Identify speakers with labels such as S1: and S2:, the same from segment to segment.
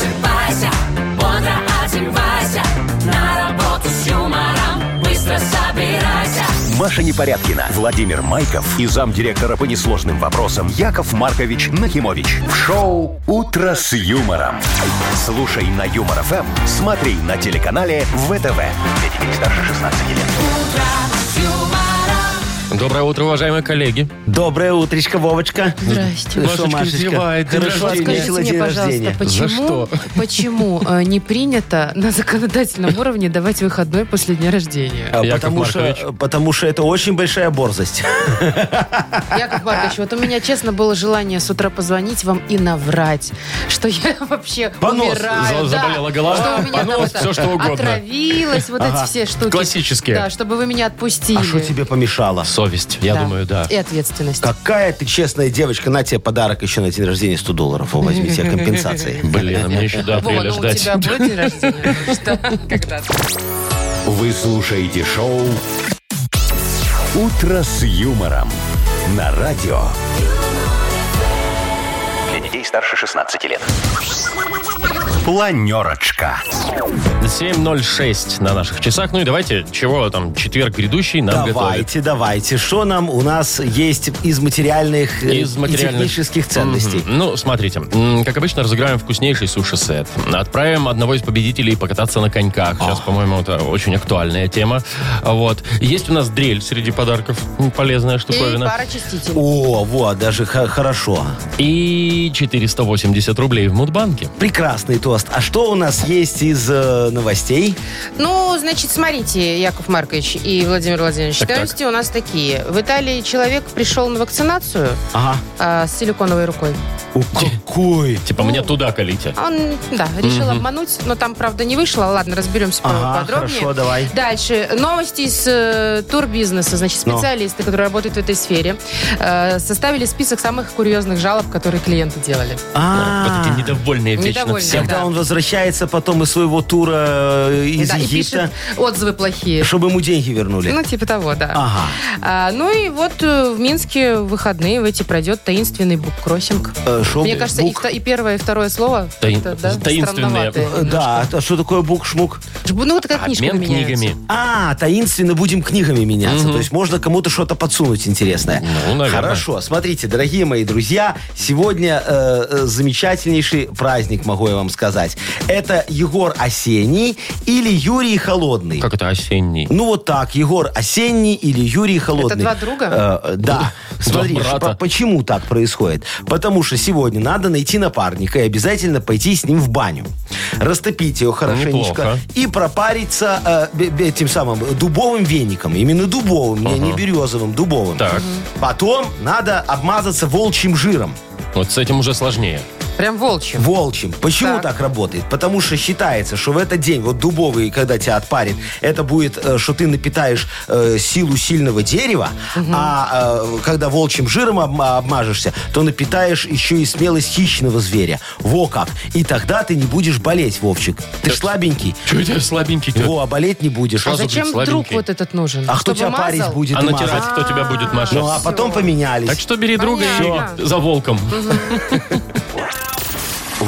S1: одевайся, бодро одевайся На работу с юмором быстро собирайся
S2: Маша Непорядкина, Владимир Майков и замдиректора по несложным вопросам Яков Маркович Нахимович. В шоу «Утро с юмором». Слушай на Юмор ФМ, смотри на телеканале ВТВ. Для детей старше 16 лет.
S1: С юмором,
S3: Доброе утро, уважаемые коллеги.
S4: Доброе утречко, Вовочка.
S5: Здрасте.
S4: Ну
S3: Машечка
S4: что, Машечка,
S3: Зевает, день
S4: хорошо
S3: рождения.
S4: отметила
S5: Скажите мне,
S4: день
S5: пожалуйста,
S4: рождения.
S3: За
S5: почему,
S3: что?
S5: почему э, не принято на законодательном уровне давать выходной после дня рождения?
S4: А,
S3: Яков
S4: Потому что,
S3: Маркович.
S4: потому что это очень большая борзость.
S5: Яков Маркович, вот у меня, честно, было желание с утра позвонить вам и наврать, что я вообще
S4: Понос.
S5: умираю.
S3: За-
S5: да.
S3: заболела голова,
S5: Что у меня там
S3: понос,
S5: это,
S3: всё, что угодно.
S5: Отравилась, вот эти все штуки.
S3: Классические.
S5: Да, чтобы вы меня отпустили.
S4: А что тебе помешало?
S3: Совесть, я думаю, да.
S5: И ответственность.
S4: Какая ты честная девочка. На тебе подарок еще на день рождения 100 долларов. Во, Возьми тебе компенсации.
S3: Блин, а мне еще до
S5: Вова,
S3: апреля
S5: ну у
S3: ждать.
S5: тебя был день рождения? Что? Когда?
S2: Вы слушаете шоу «Утро с юмором» на радио. Для детей старше 16 лет. Планерочка.
S3: 7.06 на наших часах. Ну и давайте, чего там, четверг грядущий нам готовит.
S4: Давайте, давайте. Что нам у нас есть из материальных э,
S3: Из
S4: и
S3: материальных.
S4: технических ценностей?
S3: Мгм. Ну, смотрите, м, как обычно, разыграем вкуснейший суши-сет. Отправим одного из победителей покататься на коньках. Сейчас, по-моему, это очень актуальная тема. Вот. Есть у нас дрель среди подарков. М, Полезная
S5: И
S3: штуковина.
S5: пара чистителей.
S4: О, вот, даже х- хорошо.
S3: И 480 рублей в Мудбанке.
S4: Прекрасный тост. А что у нас есть из э, новостей?
S5: Ну, значит, смотрите, Яков Маркович и Владимир Владимирович,
S3: Так-так.
S5: новости у нас такие. В Италии человек пришел на вакцинацию
S4: Ага.
S5: а, с силиконовой рукой.
S4: О, какой?
S3: Типа, мне туда колите.
S5: А Он, да, решил обмануть, но там, правда, не вышло. Ладно, разберемся
S4: Ага,
S5: Э, подробнее.
S4: хорошо, давай.
S5: Дальше. Новости из э, турбизнеса. Значит,
S4: Ну.
S5: специалисты, которые работают в этой сфере, э, составили список самых курьезных жалоб, которые клиенты делали.
S3: Вот эти недовольные вечно
S5: Недовольные,
S3: всем.
S4: А.
S5: да.
S4: Когда он возвращается потом из своего тура э, из
S5: Да, и
S4: Египта,
S5: пишет отзывы плохие.
S4: чтобы ему деньги вернули.
S5: Ну, типа того, да.
S4: Ага.
S5: А, ну и вот э, в Минске в выходные в эти пройдет таинственный буккроссинг.
S4: Э, шо-
S5: Мне кажется, и,
S4: бук-
S5: вто- и первое, и второе слово
S3: Таин-
S5: как-то, да,
S3: таинственные.
S5: странноватые
S4: э,
S5: немножко.
S4: Да, а что такое бук-шмук?
S5: Ну, вот как книжка
S3: Обмен
S5: меняется.
S3: книгами.
S4: А, таинственно будем книгами меняться. То есть можно кому-то что-то подсунуть интересное.
S3: Ну, наверное.
S4: Хорошо, смотрите, дорогие мои друзья, сегодня э, э, замечательнейший праздник, могу я вам сказать. Это Егор Осенний или Юрий Холодный.
S3: Как это осенний?
S4: Ну вот так, Егор Осенний или Юрий Холодный.
S5: два друга?
S4: Э, э, да. Смотри,
S3: брата.
S4: ш- по- почему так происходит? Потому что сегодня надо найти напарника и обязательно пойти с ним в баню. Растопить ее хорошенечко
S3: Неплохо.
S4: и пропариться э, бе- бе- тем самым дубовым веником. Именно дубовым, не, не березовым, дубовым.
S3: Так.
S4: Потом надо обмазаться волчьим жиром.
S3: Вот с этим уже сложнее.
S5: Прям волчьим.
S4: Волчьим. Почему
S5: Так.
S4: так. работает? Потому что считается, что в этот день, вот дубовый, когда тебя отпарит, это будет, э, что ты напитаешь э, силу сильного дерева, а э, когда волчьим жиром обма- обмажешься, то напитаешь еще и смелость хищного зверя. Во как. И тогда ты не будешь болеть, Вовчик. Ты ж слабенький.
S3: Чего у тебя слабенький?
S4: Во, а болеть не будешь.
S5: А
S3: Сразу
S5: зачем
S3: говорит,
S5: вдруг
S3: слабенький.
S5: вот этот нужен?
S4: А кто
S5: Чтобы
S4: тебя парить
S5: мазал?
S4: будет
S3: А
S4: и
S3: натирать
S4: мазать?
S3: кто тебя будет, Маша?
S4: Ну, а потом
S5: Всё.
S4: поменялись.
S3: Так что бери друга
S5: Понятно.
S3: и за волком.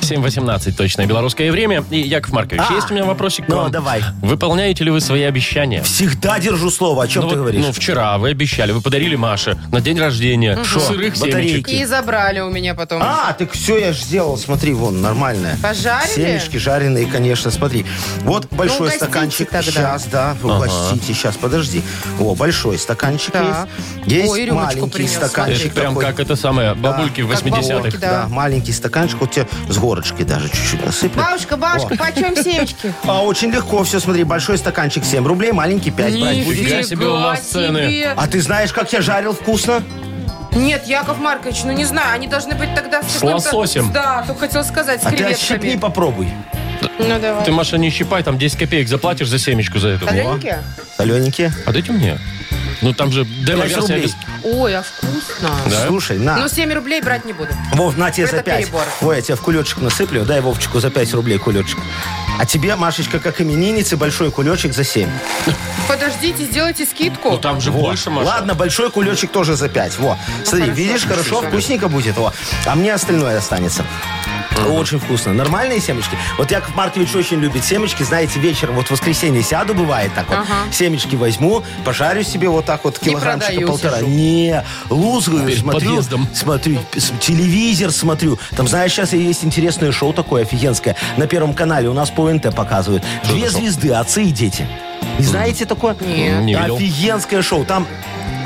S3: 7.18 точное белорусское время. И, Яков Маркович,
S4: А,
S3: есть у меня вопросик к
S4: ну,
S3: вам.
S4: давай.
S3: Выполняете ли вы свои обещания?
S4: Всегда держу слово. О чем
S3: ну,
S4: ты
S3: вот,
S4: говоришь?
S3: ну, вчера вы обещали, вы подарили Маше на день рождения сырых семечек.
S4: Батарейки.
S5: И забрали у меня потом.
S4: А, так все я ж сделал, смотри, вон, нормальное.
S5: Пожарили? Ну,
S4: Семечки жареные, конечно, смотри. Вот большой
S5: угостите
S4: стаканчик.
S5: тогда.
S4: Сейчас, да, угостите, сейчас, подожди. О, большой стаканчик
S5: Так.
S4: есть. Есть
S5: Ой, и рюмочку
S4: маленький
S5: принес,
S4: стаканчик
S3: Это прям
S4: такой.
S3: как это самое, бабульки в
S5: как
S3: 80-х.
S5: бабульки,
S4: Да,
S5: Да.
S4: маленький стаканчик, вот тебе с горочкой даже чуть-чуть насыплю.
S5: Бабушка, бабушка, почем семечки?
S4: А очень легко все, смотри, большой стаканчик 7 рублей, маленький 5 брать будешь.
S3: Нифига себе у вас
S5: себе.
S3: цены.
S4: А ты знаешь, как я жарил вкусно?
S5: Нет, Яков Маркович, ну не знаю, они должны быть тогда в
S3: С
S5: каком-то-
S3: лососем.
S5: Да, только хотел сказать, с
S4: А ты отщипни,
S5: креветками.
S4: попробуй.
S5: Ну давай.
S3: Ты, Маша, не щипай, там 10 копеек заплатишь за семечку за эту.
S5: Солененькие?
S4: Солененькие.
S3: А дайте мне. Ну там же демо-версия.
S4: рублей.
S3: без-
S5: Ой, а вкусно.
S3: Да?
S4: Слушай, на.
S5: Ну 7 рублей брать не буду.
S4: Вов, на тебе
S5: Это
S4: за пять.
S5: перебор.
S4: Ой, я тебе в кулечек насыплю. Дай Вовчику за 5 рублей кулечек. А тебе, Машечка, как имениннице, большой кулечек за 7.
S5: Подождите, сделайте скидку.
S3: Ну, там же больше, Маша.
S4: Ладно, большой кулечек тоже за 5. Во. Смотри,
S5: хорошо.
S4: видишь, хорошо, вкусненько будет. Во. А мне остальное останется. Очень вкусно. Нормальные семечки. Вот Яков Маркович очень любит семечки. Знаете, вечером, вот в воскресенье сяду, бывает так вот.
S5: Ага.
S4: Семечки возьму, пожарю себе вот так вот
S5: продаю,
S4: килограммчика полтора.
S5: сижу.
S4: Не, лузгаю,
S3: Перед
S4: смотрю,
S3: подъездом.
S4: смотрю, с- телевизор смотрю. Там, знаешь, сейчас есть интересное шоу такое офигенское. На Первом канале у нас по НТ показывают. Две звезды, отцы и дети. Не знаете такое?
S5: Нет.
S3: Не видел.
S4: Офигенское шоу. Там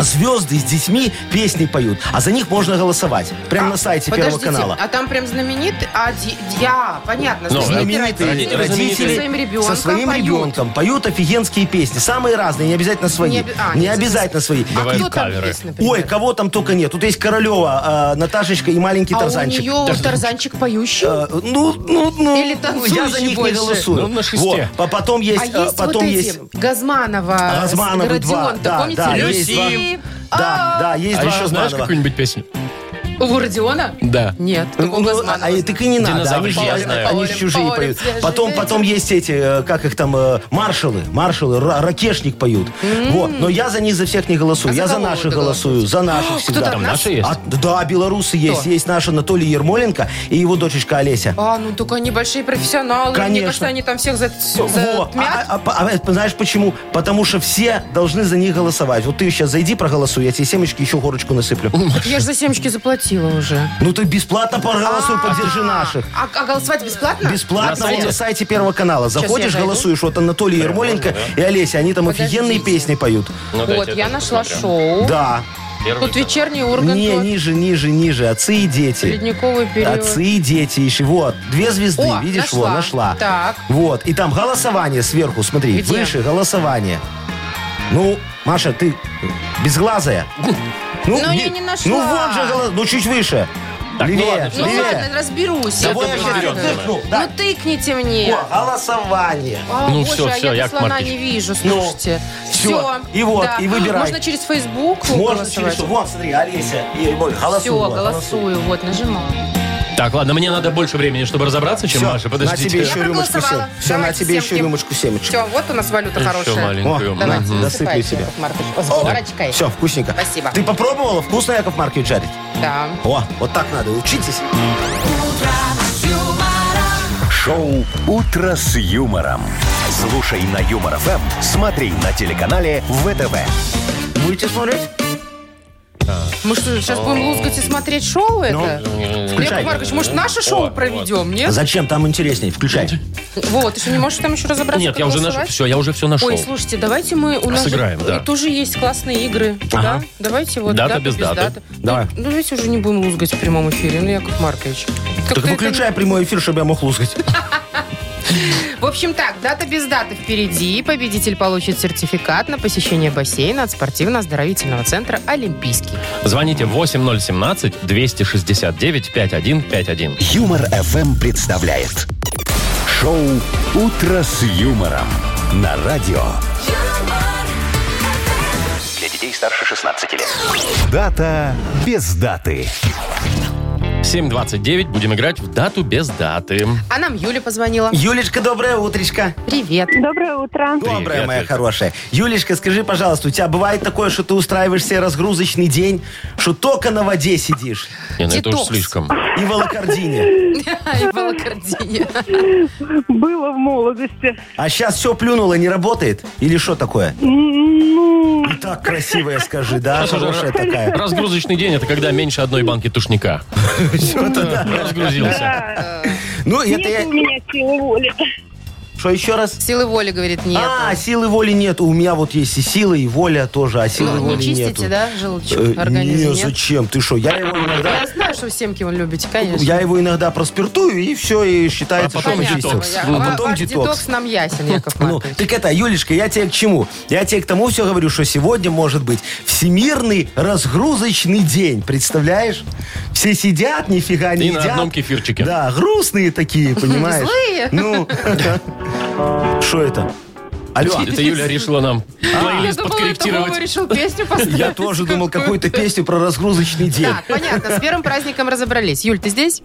S4: звезды с детьми песни поют, а за них можно голосовать. Прямо на сайте Первого
S5: Подождите,
S4: канала.
S5: а там прям знаменит... А, ди- я, понятно.
S3: Ну,
S5: знаменитые
S4: Знаменитые
S5: родители
S4: родители
S5: со своим ребенком
S4: со своим
S5: поют.
S4: ребенком поют офигенские песни. Самые разные, не обязательно свои.
S5: Не
S4: Не,
S5: оби- а, не
S4: обязательно свои.
S5: А
S3: Бывают
S5: кто там
S3: каверы.
S5: есть, например?
S4: Ой, кого там только нет. Тут есть Королева, э, Наташечка и маленький
S5: а
S4: Тарзанчик.
S5: у нее тарзанчик, поющий?
S4: Э, Ну, ну, ну.
S5: Или танцующий
S4: Я за них
S5: больше.
S4: не голосую.
S3: Ну, на шесте.
S4: Вот. А потом есть,
S5: а
S4: э,
S5: есть
S4: потом
S5: вот эти,
S4: есть
S5: Газманова,
S4: Газмановы два.
S5: Родион,
S4: Да,
S5: помните?
S4: да,
S5: Люси.
S4: есть два. Да, да, есть
S3: А
S4: два
S3: еще знаешь
S4: Газманова.
S3: какую-нибудь песню?
S5: У Родиона?
S3: Да.
S5: Нет, только у
S4: Ну,
S5: Газманова.
S4: а и так и не надо.
S3: Динозавры,
S4: Они,
S3: я
S4: они-
S3: знаю.
S4: они
S5: Поле,
S4: чужие
S5: поле,
S4: поют.
S5: свежий
S4: Потом,
S5: ветер.
S4: потом есть эти, э, как их там, э, маршалы, маршалы, ра- ракешник поют. Вот. Но я за них за всех не голосую.
S5: А за
S4: я за
S5: кого
S4: наших
S5: ты А,
S4: голосую, за наших всегда.
S5: там
S3: Там наши есть?
S4: А, да, белорусы есть. Есть наш Анатолий Ермоленко и его дочечка Олеся.
S5: А, ну только они большие профессионалы. Мне
S4: Конечно.
S5: кажется, они там всех за...
S4: Во, а- а- а- а знаешь почему? Потому что все должны за них голосовать. Вот ты сейчас зайди, проголосуй, я тебе семечки еще горочку насыплю.
S5: Я же за семечки заплатила уже.
S4: Ну ты бесплатно проголосуй, поддержи наших.
S5: А, а голосовать бесплатно?
S4: Бесплатно
S3: На
S4: вот на
S3: сайте?
S4: сайте Первого канала.
S5: я
S4: Заходишь,
S5: зайду.
S4: голосуешь. Вот Анатолий Ермоленко и Олеся, они там
S5: Подождите. Ну,
S4: офигенные песни поют.
S3: Ну,
S5: вот,
S3: дайте
S5: я
S3: тоже
S5: нашла
S3: посмотрю.
S5: шоу.
S4: Да.
S3: Первый
S5: Тут вечерний орган.
S4: Не,
S5: тот.
S4: ниже, ниже, ниже. Отцы и дети.
S5: Ледниковый период.
S4: Отцы и дети еще. Вот, две звезды,
S5: О,
S4: видишь,
S5: нашла.
S4: вот, нашла.
S5: Так.
S4: Вот, и там голосование сверху, смотри,
S5: Где?
S4: выше голосование. Ну, Маша, ты безглазая.
S5: Ну, я
S4: ви-
S5: не
S4: Ну,
S5: нашла.
S4: вот же, голос- ну, чуть выше.
S3: Так, ну
S4: левее,
S3: ладно, всё,
S5: Ну
S4: левее.
S5: ладно, разберусь.
S3: Да
S5: Яков
S3: вот я щас
S5: Маркович.
S3: берём,
S4: тыкну, да.
S5: Ну тыкните мне.
S4: О, голосование.
S5: А,
S3: Ну,
S5: боже,
S3: всё,
S5: а
S3: всё,
S5: я тут
S3: Яков
S5: слона
S3: Маркович.
S5: не вижу, слушайте.
S4: Ну, всё.
S5: Всё,
S4: И вот,
S5: да. А,
S4: и выбирай.
S5: Можно через Facebook
S4: Можно через что? Вон, смотри, Олеся и Ермоль. Голосуй.
S5: Все,
S4: вот,
S5: голосую, вот, нажимаю.
S3: Так, ладно, мне надо больше времени, чтобы разобраться, чем
S4: Всё,
S3: Маша.
S4: на тебе
S3: Подождите.
S4: еще
S5: Я
S4: рюмочку
S5: проголосовала.
S4: семечек. Все, на
S5: Давайте
S4: тебе еще
S5: семки.
S4: рюмочку семечек.
S5: Все, вот у нас валюта
S3: Еще
S5: хорошая.
S3: маленькую.
S5: Давайте,
S4: Мгм.
S5: засыпайте,
S4: Засыпай себе.
S5: Яков Маркович. С Вовочкой.
S4: Все, вкусненько.
S5: Спасибо.
S4: Ты попробовала? Вкусно, Яков Маркович, жарить?
S5: Да.
S4: О, вот так надо, учитесь.
S2: Шоу «Утро с юмором». Слушай на Юмор ФМ, смотри на телеканале ВТВ.
S4: Будете смотреть?
S5: Мы что, сейчас будем лузгать и смотреть шоу
S4: Ну,
S5: это? Яков
S4: включай.
S5: Маркович, может, наше шоу проведем, нет?
S4: Зачем? Там интереснее. Включай.
S5: Вот, ты что, не можешь там еще разобраться?
S3: Нет,
S5: как
S3: я уже нашел.
S5: голосовать?
S3: Все, я уже все нашел.
S5: Ой, слушайте, давайте мы... У нас
S3: Сыграем,
S5: же
S3: да.
S5: тоже есть классные игры. Да? Давайте вот
S3: Дата без даты.
S4: Давай.
S5: Ну, давайте уже не будем лузгать в прямом эфире, ну, Яков Маркович. Как-то
S4: Так
S5: это
S4: выключай прямой эфир, чтобы я мог лузгать.
S5: не- В общем так, дата без даты впереди. Победитель получит сертификат на посещение бассейна от спортивно-оздоровительного центра «Олимпийский».
S3: Звоните 8017-269-5151.
S2: Юмор ФМ представляет. Шоу «Утро с юмором» на радио.
S6: Для детей старше 16 лет.
S2: Дата без даты.
S3: 7.29. Будем играть в дату без даты.
S5: А нам Юля позвонила.
S4: Юлечка, доброе утречко.
S5: Привет.
S7: Доброе утро.
S4: Доброе, моя
S3: Лёль.
S4: хорошая. Юлечка, скажи, пожалуйста, у тебя бывает такое, что ты устраиваешь себе разгрузочный день, что только на воде сидишь
S3: Не, ну это
S5: Детокс.
S3: уж слишком.
S4: и в алакардине?
S5: И Балакардия.
S7: Было в молодости.
S4: А сейчас все плюнуло, не работает? Или что такое?
S7: Ну,
S4: И так красивая, скажи, да? Хорошая такая.
S3: Разгрузочный день это когда меньше одной банки тушника. Разгрузился.
S7: да.
S4: Ну, это
S7: Нет
S4: я...
S7: у меня силы воли.
S4: Что, еще раз?
S5: Силы воли, говорит, нет.
S4: А, силы воли нет. У меня вот есть и сила, и воля тоже, а силы
S5: Ну,
S4: воли
S5: не чистите,
S4: нету.
S5: да,
S4: Э,
S5: желудочек,
S4: не,
S5: организм, нет?
S4: зачем? Ты что? Я его иногда...
S5: Я знаю, что вы семки вы любите, конечно.
S4: Ну, Я его иногда проспиртую, и все, и считается,
S3: А
S4: что
S3: потом
S4: почистил.
S5: Понятно.
S3: детокс.
S5: Я-
S4: Ну,
S5: ва-
S4: потом
S5: ваш
S4: детокс.
S5: детокс нам ясен, Яков
S4: Ну,
S5: Маркович.
S4: так это, Юлечка, я тебе к чему? Я тебе к тому все говорю, что сегодня может быть всемирный разгрузочный день, представляешь? Все сидят, нифига не
S3: И на
S4: едят.
S3: одном кефирчике.
S4: Да, грустные такие, понимаешь?
S5: Злые.
S4: Ну, что это? Алло,
S3: Это Юля решила нам плейлист
S5: А. Я думала, это Вова
S3: подкорректировать.
S5: решил песню поставить.
S4: я тоже думал какую-то песню про разгрузочный день.
S5: Так, понятно, с первым праздником разобрались. Юль, ты здесь?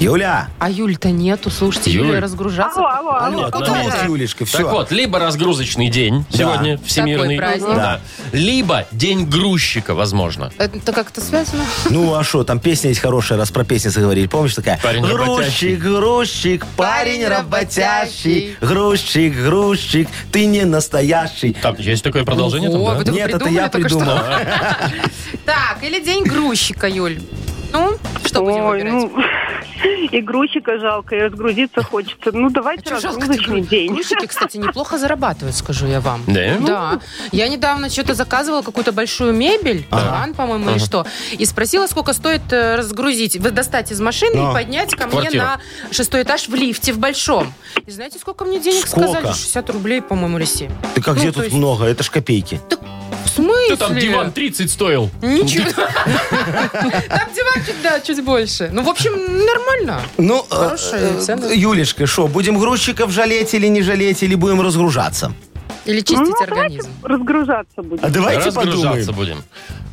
S4: Юля!
S5: А Юль-то нету, слушайте,
S3: Юль.
S5: Юля разгружаться.
S7: Алло, алло, алло.
S5: Ну,
S4: Вот,
S5: куда
S4: ну вот,
S5: это?
S4: Юлечка, все.
S3: Так вот, либо разгрузочный день
S4: Да.
S3: сегодня всемирный.
S5: праздник.
S3: Да. Либо день грузчика, возможно.
S5: Это как-то связано?
S4: Ну а что, там песня есть хорошая, раз про песни заговорили. Помнишь такая?
S3: Парень работящий.
S4: грузчик, грузчик, парень работящий, грузчик, грузчик, ты не настоящий.
S3: Там есть такое продолжение? там,
S5: Ого,
S3: да?
S5: вы только
S4: Нет, это
S5: придумали
S4: я
S5: только что.
S4: придумал.
S5: Так, или день грузчика, Юль. Ну, что будем
S7: Ой,
S5: выбирать?
S7: ну, и грузчика жалко, и разгрузиться хочется. Ну, давайте
S5: А Чё жалко-то
S7: разгрузочный
S5: гру-
S7: день.
S5: Грузчики, кстати, неплохо зарабатывают, скажу я вам.
S3: Да?
S5: Да. Я недавно что-то заказывала какую-то большую мебель, диван, по-моему, или что, и спросила, сколько стоит э, разгрузить, вы- достать из машины
S4: Да.
S5: и поднять ко мне
S3: Квартиру.
S5: на шестой этаж в лифте в большом. И знаете, сколько мне денег
S4: Сколько?
S5: сказали? 60 рублей, по-моему, или 7.
S4: Ты как,
S5: Ну,
S4: где
S5: то
S4: тут
S5: есть-
S4: много? Это ж копейки.
S5: Так в
S3: Ты
S5: смысле?
S3: там диван 30 стоил.
S5: Ничего. Там диванчик, да, чуть больше. Ну, в общем, нормально.
S4: Ну, э,
S5: Хорошая
S4: э,
S5: цена.
S4: Юлечка, что, будем грузчиков жалеть или не жалеть, или будем разгружаться?
S5: Или чистить организм.
S7: Ну, а Разгружаться
S4: А
S7: будем.
S4: давайте
S3: Разгружаться
S4: подумаем.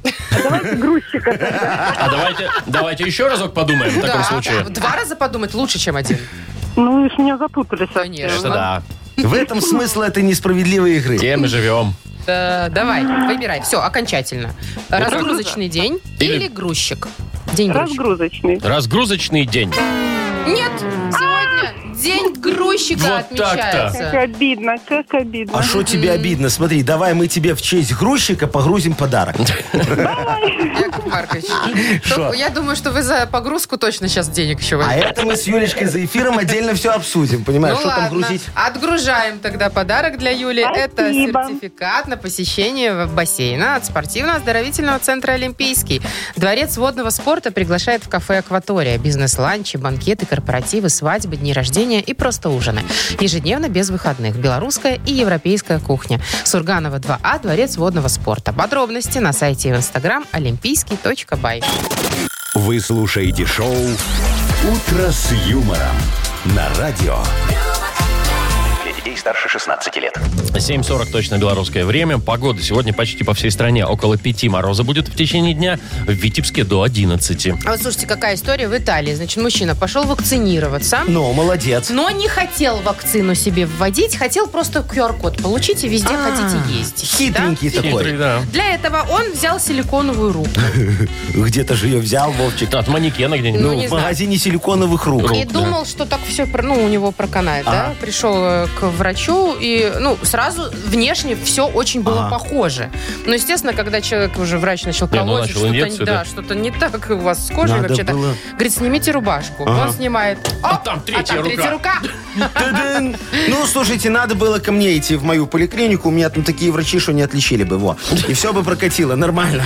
S3: будем.
S7: Давайте грузчика. тогда.
S3: А давайте, давайте еще разок подумаем в таком
S5: Да,
S3: случае.
S5: Два раза подумать лучше, чем один.
S7: Ну, уж меня запутали совсем.
S5: Конечно.
S3: Это да.
S4: В этом смысл этой несправедливой игры.
S3: Тем и живем.
S5: Да, Э, давай, выбирай. Все, окончательно. Разгрузочный день
S3: Ну, Или-
S5: или грузчик? День грузчика.
S7: Разгрузочный.
S3: Разгрузочный день.
S5: Нет, сегодня день грузчика
S3: Вот так-то.
S7: Как
S5: отмечается.
S7: обидно, как обидно.
S4: А что тебе обидно? Смотри, давай мы тебе в честь грузчика погрузим подарок.
S5: Яков Маркович, то- я думаю, что вы за погрузку точно сейчас денег еще
S4: А
S5: возьмете.
S4: это мы с Юлечкой за эфиром отдельно все обсудим, понимаешь,
S5: Ну
S4: что там
S5: ладно,
S4: грузить?
S5: отгружаем тогда подарок для Юли. Это
S7: Спасибо.
S5: сертификат на посещение в- бассейна от спортивно-оздоровительного центра «Олимпийский». Дворец водного спорта приглашает в кафе «Акватория». Бизнес-ланчи, банкеты, корпоративы, свадьбы, дни рождения и просто ужины. Ежедневно без выходных. Белорусская и европейская кухня. Сурганова 2А, Дворец водного спорта. Подробности на сайте и в инстаграм олимпийский.бай.
S2: Вы слушаете шоу «Утро с юмором» на радио.
S6: Для детей старше 16 лет.
S3: 7.40 точно белорусское время. Погода сегодня почти по всей стране. Около 5 мороза будет в течение дня. В Витебске до 11.
S5: А вот слушайте, какая история в Италии. Значит, мужчина пошел вакцинироваться.
S4: Ну, молодец.
S5: Но не хотел вакцину себе вводить, хотел просто QR-код получить и везде хотите ездить.
S4: А, Хитренький
S5: да?
S4: такой.
S3: Хитрый, да.
S5: Для этого он взял силиконовую руку.
S4: Где-то же ее взял, Вовчик.
S3: От манекена где-нибудь.
S5: Ну,
S4: Ну,
S5: не
S4: в
S5: знаю.
S4: магазине силиконовых рук.
S5: И
S3: да.
S5: думал, что так все ну, у него проканает,
S4: А.
S5: да? Пришел э, к врачу, и ну, сразу внешне все очень было
S4: Ага.
S5: похоже. Но, естественно, когда человек уже врач начал
S3: Не, ну,
S5: колоть,
S3: начал
S5: что-то, не-
S3: инъекцию,
S5: да,
S3: да.
S5: что-то не так у вас с кожей
S4: Надо
S5: вообще-то.
S4: было.
S5: Говорит, снимите рубашку.
S4: Ага.
S5: Он снимает.
S3: А
S5: Оп,
S3: там третья рука.
S5: третья рука.
S4: Та-дын! Ну, слушайте, надо было ко мне идти в мою поликлинику. У меня там такие врачи, что не отличили бы его. И все бы прокатило, нормально.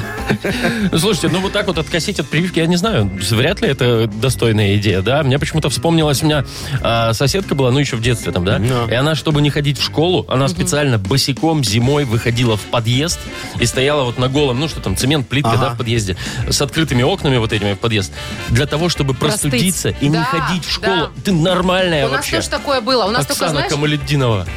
S3: Ну, Слушайте, ну вот так вот откосить от прививки, я не знаю, вряд ли это достойная идея, да? Мне почему-то вспомнилась, у меня а, соседка была, ну еще в детстве там, да?
S4: Да.
S3: И она, чтобы не ходить в школу, она специально босиком зимой выходила в подъезд и стояла вот на голом, ну что там, цемент, плитка,
S4: Ага.
S3: да, в подъезде, с открытыми окнами вот этими в подъезд, для того, чтобы
S5: Простыть.
S3: простудиться и не
S5: Да,
S3: ходить в
S5: да.
S3: школу. Ты нормальная
S5: У нас
S3: вообще.
S5: тоже такое было. У нас только,
S3: Оксана
S5: знаешь,
S3: Камалетдинова.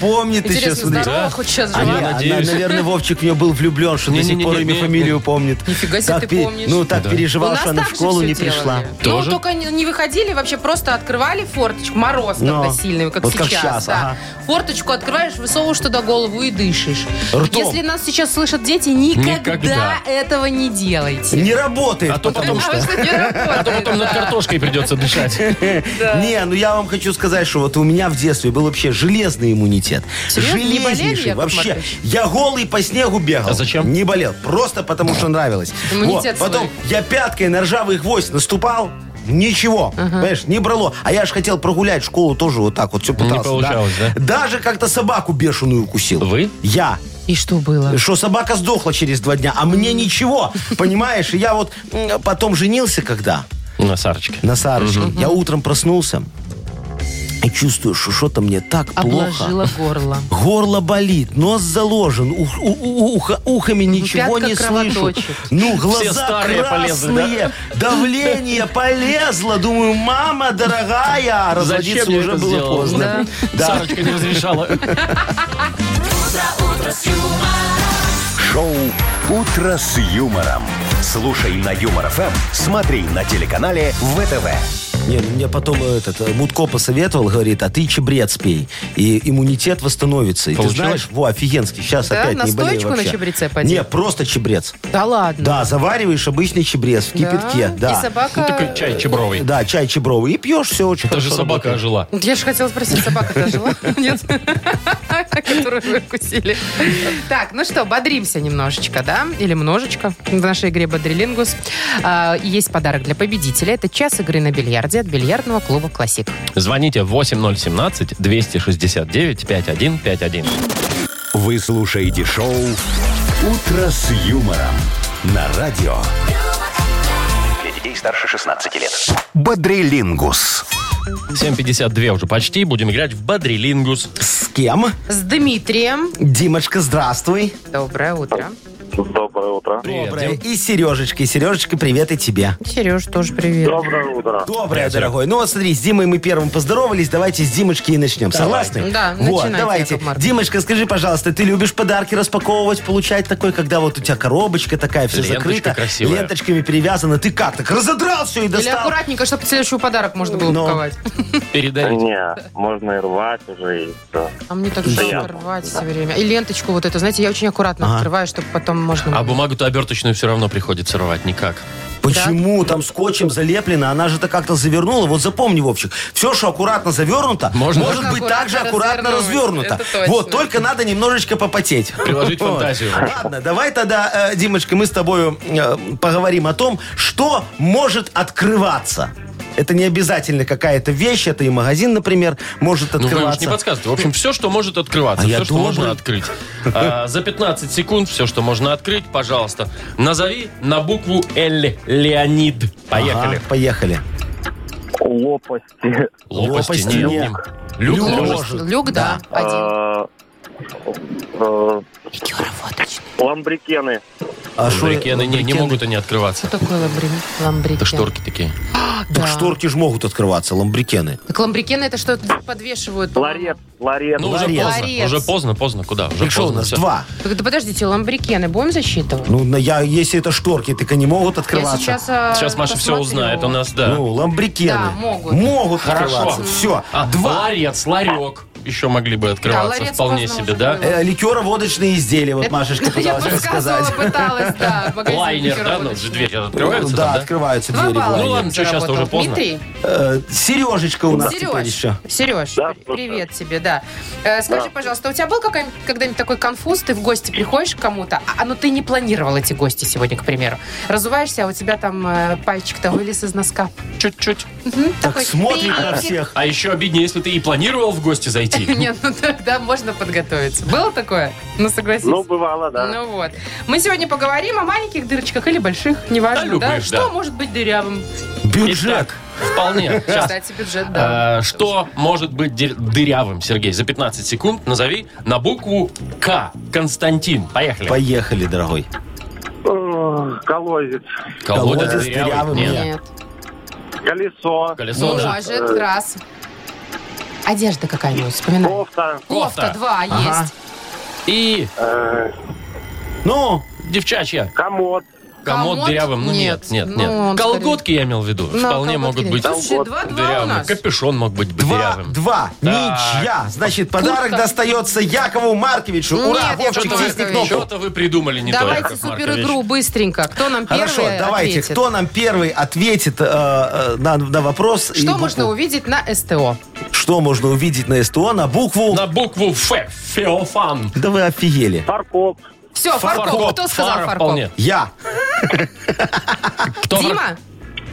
S4: Помни ты
S5: интересно,
S4: сейчас, смотри.
S5: здорова
S3: да?
S5: хоть сейчас
S4: А
S5: жива?
S4: не, она,
S3: надеюсь.
S4: наверное, Вовчик в нее был влюблен, что до сих
S3: Не-не-не,
S4: пор имя,
S3: не-
S4: фамилию помнит.
S5: Нифига себе
S4: Так
S5: ты
S4: пе-
S5: помнишь.
S4: Ну, так
S3: Да.
S5: У
S4: переживал,
S5: нас
S4: что она
S5: так
S4: в
S5: же
S4: школу
S5: всё
S4: не
S5: делали.
S4: пришла.
S5: Ну,
S3: Тоже?
S5: только не не выходили, вообще просто открывали форточку. Мороз
S4: Но.
S5: тогда сильный, как
S4: Вот как
S5: сейчас.
S4: щас,
S5: да.
S4: ага.
S5: Форточку открываешь, высовываешь туда голову и дышишь.
S4: Ртом.
S5: Если нас сейчас слышат дети, никогда,
S3: Никогда.
S5: этого не делайте.
S4: Не работает.
S3: А то
S4: потому
S3: потом
S4: что...
S5: Потому что не работает.
S3: А то потом над
S5: да.
S3: картошкой придется дышать.
S4: Не, ну я вам хочу сказать, что вот у меня в детстве был вообще железный иммунитет.
S5: Серьезно? Не болели,
S4: Железнейший.
S5: Яков
S4: Вообще,
S5: Маркович?
S4: я голый по снегу бегал.
S3: А зачем?
S4: Не болел. Просто потому, что нравилось.
S5: Иммунитет свой.
S4: Потом я пяткой на ржавый гвоздь наступал. Ничего, понимаешь, не брало. А я же хотел прогулять школу тоже вот так вот, все пытался.
S3: получалось,
S4: Даже как-то собаку бешеную укусил.
S3: Вы? А.
S4: Я.
S5: И что было?
S4: Что собака сдохла через два дня, а мне ничего, понимаешь? И я вот м, потом женился когда,
S3: На Сарочке.
S4: на Сарочке. Я утром проснулся и чувствую, что что-то мне так плохо.
S5: Обложила горло.
S4: Горло болит, нос заложен, ух- у- у- ухо- ухами ничего
S5: пятка
S4: не слышу.
S5: кровоточит.
S4: Ну,
S3: Все
S4: глаза
S3: старые полезли, да?
S4: красные, давление полезло. Думаю, мама дорогая, а разводиться
S3: я
S4: уже
S3: это
S4: было
S3: сделал?
S4: поздно. Да.
S3: Сарочка не разрешала.
S2: Шоу «Утро с юмором» Слушай на Юмор ФМ, смотри на телеканале ВТВ.
S4: Не, ну мне потом э, этот э, Мутко посоветовал, говорит, а ты чебрец пей, и иммунитет восстановится. И
S3: Получилось?
S4: ты знаешь, во, офигенский, сейчас
S5: Да?
S4: опять не болею
S5: Настоечку на
S4: вообще.
S5: чабреце поди.
S4: Не, просто чебрец.
S5: Да ладно.
S4: Да, завариваешь обычный чебрец в кипятке,
S5: И
S4: да. Ну,
S5: собака...
S3: Такой чай чебровый.
S4: Да, чай чебровый. И пьешь, все очень
S3: Даже
S4: хорошо
S3: собака
S4: работает.
S3: ожила.
S5: Я же хотела спросить, собака дожила? Нет? Которую вы вкусили. Так, ну что, бодримся немножечко, да? Или множечко в нашей игре «Бодрилингус». А, и Есть подарок для победителя. Это час игры на бильярде от бильярдного клуба «Классик».
S3: Звоните 8017-269-5151.
S2: Вы слушаете шоу «Утро с юмором» на радио
S6: Для детей старше 16 лет.
S2: «Бодрилингус».
S3: 7.52 уже почти. Будем играть в Бадрилингус.
S4: С кем?
S5: С Дмитрием.
S4: Димочка, здравствуй.
S5: Доброе утро.
S8: Доброе утро.
S3: Привет,
S4: Доброе.
S3: Дим.
S4: И Сережечка, и Сережечка, привет и тебе.
S5: Сереж, тоже привет.
S8: Доброе утро.
S4: Доброе, дорогой. Ну вот смотри, с Димой мы первым поздоровались. Давайте с Димочки и начнем. Согласны?
S5: Да,
S4: Вот,
S5: начинайте,
S4: давайте.
S5: Яков Маркович.
S4: Димочка, скажи, пожалуйста, ты любишь подарки распаковывать, получать такой, когда вот у тебя коробочка такая, все
S3: Ленточка
S4: закрыто,
S3: красивая.
S4: ленточками перевязано. Ты как так разодрал все и
S5: Или
S4: достал?
S5: аккуратненько, чтобы следующий подарок можно было
S4: Но.
S5: упаковать.
S3: Передарите.
S8: Не, можно и рвать уже. И всё.
S5: А мне так жалко
S8: Приятно.
S5: рвать все время. И ленточку вот эту, знаете, я очень аккуратно
S4: Ага.
S5: открываю, чтобы потом можно... было.
S3: А бумагу-то оберточную все равно приходится рвать никак.
S4: Почему? Там скотчем залеплено, она же-то как-то завернула. Вот запомни, Вовчик, все, что аккуратно завернуто,
S3: Можно.
S4: может
S5: Можно
S4: быть также
S5: аккуратно
S4: аккуратно
S5: развернуть,
S4: развернуто.
S5: это точно.
S4: Вот, только надо немножечко попотеть.
S3: Приложить
S4: Вот.
S3: фантазию.
S4: Ладно, давай тогда, э, Димочка, мы с тобой поговорим о том, что может открываться. Это не обязательно какая-то вещь, это и магазин, например, может
S3: Ну, вы уж не
S4: открываться.
S3: подсказывайте. В общем, все, что может открываться,
S4: А я
S3: все, что
S4: добрый.
S3: можно открыть. А, за 15 секунд все, что можно открыть, пожалуйста, назови на букву Л Леонид. Поехали.
S4: Ага, поехали.
S8: Лопасти.
S3: Лопасти,
S4: лопасти
S3: нет,
S4: нет.
S3: Дим. Люк,
S4: Люк
S3: может.
S4: может.
S5: Люк, да, один.
S8: Э, э, Ламбрикены.
S4: А шо- Э,
S3: Ламбрикены не, не
S4: ламбрикены?
S3: могут они открываться.
S5: Что такое ламбри... ламбрикен?
S3: Это шторки такие.
S4: Так
S5: Да.
S4: шторки же могут открываться, ламбрикены.
S5: Так ламбрикены это что подвешивают?
S8: Ларец. Ларец.
S3: Ну, уже
S4: Ларец.
S3: поздно.
S5: Ларец.
S3: Уже поздно, поздно. Куда? Уже
S4: Так что у
S3: поздно.
S4: нас?
S3: всё.
S4: Два.
S5: Так, да подождите, ламбрикены будем засчитывать?
S4: Ну, на- я, если это шторки, так они могут
S5: Я
S4: открываться.
S5: сейчас, а,
S3: Сейчас Маша все
S5: посмотрю.
S3: узнает у нас, да.
S4: Ну, ламбрикены.
S5: Да, могут.
S4: Могут
S3: Хорошо.
S4: открываться. Все.
S3: А,
S4: Два.
S3: Ларец, ларек. Еще могли бы открываться
S5: ларец
S3: вполне
S5: поздно
S3: себе,
S5: уже
S3: да?
S5: было.
S4: Э, ликеро-водочные изделия, вот Машечка
S5: Я
S4: пыталась
S5: подсказывала,
S4: рассказать.
S5: пыталась, да. магазин
S3: Лайнер, да? Ну,
S5: Кироводочный.
S3: дверь открывается
S4: да,
S3: там, да?
S4: открываются
S5: Два
S4: двери.
S5: балла.
S4: Владик.
S3: Ну ладно, что, сейчас-то
S5: заработал.
S3: уже поздно.
S5: Дмитрий,
S4: Э, Сережечка у нас теперь
S5: Сереж,
S4: еще.
S5: Сереж,
S8: Да,
S5: при-
S8: слушаю.
S5: привет тебе, да. Э, Скажи, пожалуйста, у тебя был какой-нибудь- когда-нибудь такой конфуз, ты в гости приходишь к кому-то, а ну ты не планировал эти гости сегодня, к примеру. Разуваешься, а у тебя там э, пальчик-то вылез из носка.
S3: Чуть-чуть.
S5: Мгм,
S4: Так
S5: такой
S4: смотрит на
S5: пи-
S4: всех.
S3: А еще обиднее, если ты и планировал в гости зайти.
S5: Нет, ну тогда можно подготовиться. Было такое? Ну согласись.
S8: Ну, бывало, да.
S5: Ну вот. Мы сегодня поговорим о маленьких дырочках или больших,
S3: Да,
S5: неважно, да?
S3: любых,
S5: Что
S3: да.
S5: может быть дырявым?
S4: Бюджет.
S3: Итак, Вполне. Сейчас.
S5: Кстати, бюджет, да.
S3: Э, Что может быть дыр- дырявым, Сергей? За 15 секунд назови на букву К. Константин. Поехали.
S4: Поехали, дорогой.
S8: Э, Колодец.
S3: Колодец
S4: Колодец
S3: А дырявый?
S4: дырявым
S3: Нет.
S4: нет.
S5: Нет.
S8: Колесо.
S3: Колесо
S5: Ну
S3: уже.
S5: Может, э, раз. Одежда какая-нибудь, вспоминай.
S8: Кофта.
S3: Кофта.
S5: Кофта, два,
S4: Ага.
S5: есть.
S3: И
S8: э,
S4: Ну,
S3: девчачья.
S8: Комод.
S3: Комод,
S5: Комод?
S3: дырявым. Ну нет, нет,
S5: Нет.
S3: нет.
S5: Ну, он
S3: колготки я имел в виду.
S5: Ну,
S3: Вполне
S5: колготки
S3: могут
S5: нет.
S3: быть
S5: Слушай, два-два у
S3: дырявым.
S5: нас.
S3: Капюшон мог быть дырявым.
S4: два-два.
S3: Так.
S4: Ничья. Значит, подарок достается Якову Марковичу. Ура,
S5: Нет, Яков
S4: Вовчик,
S5: Маркович.
S4: тисни кнопку.
S3: Что-то вы придумали не то,
S5: Давайте
S3: Яков
S5: супер
S3: Маркович.
S5: игру быстренько. Кто нам
S4: Хорошо,
S5: первый
S4: давайте.
S5: ответит?
S4: Кто нам первый ответит э, э, на, на вопрос? и
S5: Что
S4: букву?
S5: можно увидеть на СТО?
S4: Что можно увидеть на СТО на букву?
S3: На букву Ф. Феофан.
S4: Да вы офигели.
S8: Фаркоп.
S5: Все, Фарков. Кто сказал
S3: Фара
S5: Фарков?
S3: вполне.
S4: Я.
S3: Кто
S5: Дима?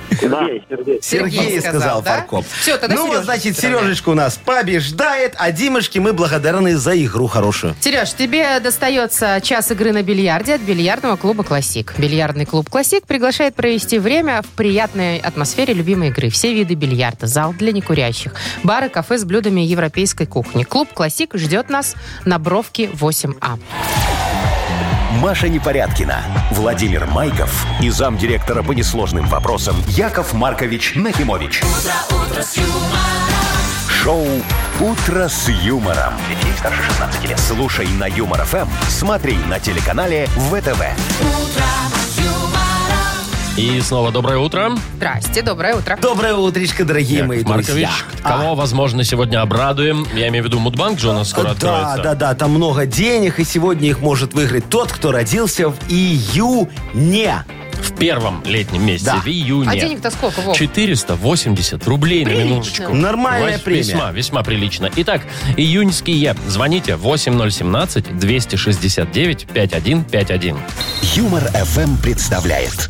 S8: Сергей, Сергей.
S5: Сергей
S4: Сергей,
S5: сказал,
S4: сказал,
S5: да?
S4: Фаркоп.
S5: Всё, тогда
S4: ну, вот,
S5: Сережечка
S4: значит,
S5: поздравляем.
S4: Сережечка у нас побеждает, а Димочке мы благодарны за игру хорошую.
S5: Сереж, тебе достается час игры на бильярде от бильярдного клуба «Классик». Бильярдный клуб «Классик» приглашает провести время в приятной атмосфере любимой игры. Все виды бильярда, зал для некурящих, бары, кафе с блюдами европейской кухни. Клуб «Классик» ждет нас на Бровке А. 8А.
S2: Маша Непорядкина, Владимир Майков и замдиректора по несложным вопросам Яков Маркович Нахимович. Шоу Утро с юмором. Для детей старше 16 лет. Слушай на юмор ФМ, смотри на телеканале ВТВ.
S1: юмора.
S3: И снова доброе утро.
S5: Здрасте, доброе утро.
S4: Доброе утречко, дорогие
S3: Яков
S4: мои
S3: Маркович,
S4: друзья.
S3: кого, возможно, сегодня обрадуем? Я имею в виду Мудбанк же у нас скоро
S4: А, Да,
S3: откроется.
S4: да, да, там много денег, и сегодня их может выиграть тот, кто родился в июне.
S3: В первом летнем месяце,
S4: Да.
S3: в июне.
S5: А денег-то сколько, Вов?
S3: 480 рублей на минуточку.
S4: Нормальная
S3: Вось-
S4: премия.
S3: Весьма, весьма прилично. Итак, июньские. Звоните 8017-269-5151.
S2: Юмор FM представляет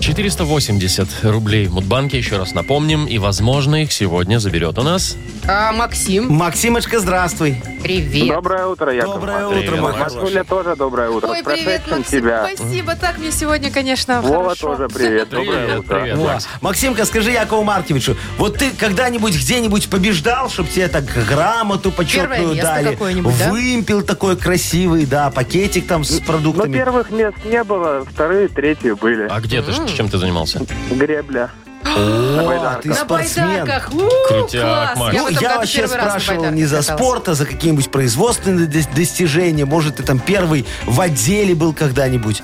S3: 480 рублей в Мудбанке, еще раз напомним. И, возможно, их сегодня заберет у нас.
S5: А, Максим,
S4: Максимочка, здравствуй.
S5: привет.
S8: Доброе утро, Яков
S4: Доброе
S8: Маркович.
S4: утро, мой хороший.
S8: Машуля тоже доброе утро.
S5: Ой,
S8: С
S5: привет,
S8: прошедшим
S5: Максим.
S8: тебя.
S5: Спасибо, так мне сегодня, конечно,
S8: Вова
S5: хорошо.
S8: тоже привет. Доброе
S3: Привет,
S8: утро.
S3: привет,
S4: Во.
S3: Макс.
S4: Максимка, скажи Якову Марковичу, вот ты когда-нибудь где-нибудь побеждал, чтобы тебе так грамоту почетную
S5: место
S4: дали?
S5: какое-нибудь, да?
S4: Вымпел такой красивый, да, пакетик там с
S8: Ну,
S4: продуктами.
S8: первых мест не было, вторые, третьи были.
S3: А где ты, ж- чем ты занимался?
S8: Гребля.
S4: О, ты
S5: На
S4: спортсмен.
S5: байдарках. У,
S3: Крутяк,
S5: класс.
S3: Макс.
S4: Ну,
S5: вот там
S4: я
S5: как-то
S4: вообще
S5: первый раз на
S4: спрашивал
S5: байдарке
S4: не за
S5: каталась.
S4: спорт, а за какие-нибудь производственные дос- достижения. Может, ты там первый в отделе был когда-нибудь.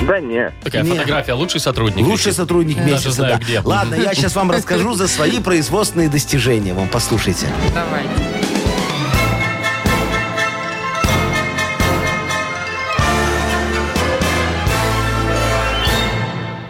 S8: Да не.
S3: Такая
S4: Не.
S3: фотография. Лучший сотрудник.
S4: Лучший
S3: ищет.
S4: сотрудник
S3: Даже
S4: месяца.
S3: знаю,
S4: да.
S3: где.
S4: Ладно, я сейчас вам расскажу за свои производственные достижения. Вам послушайте.
S5: Давай.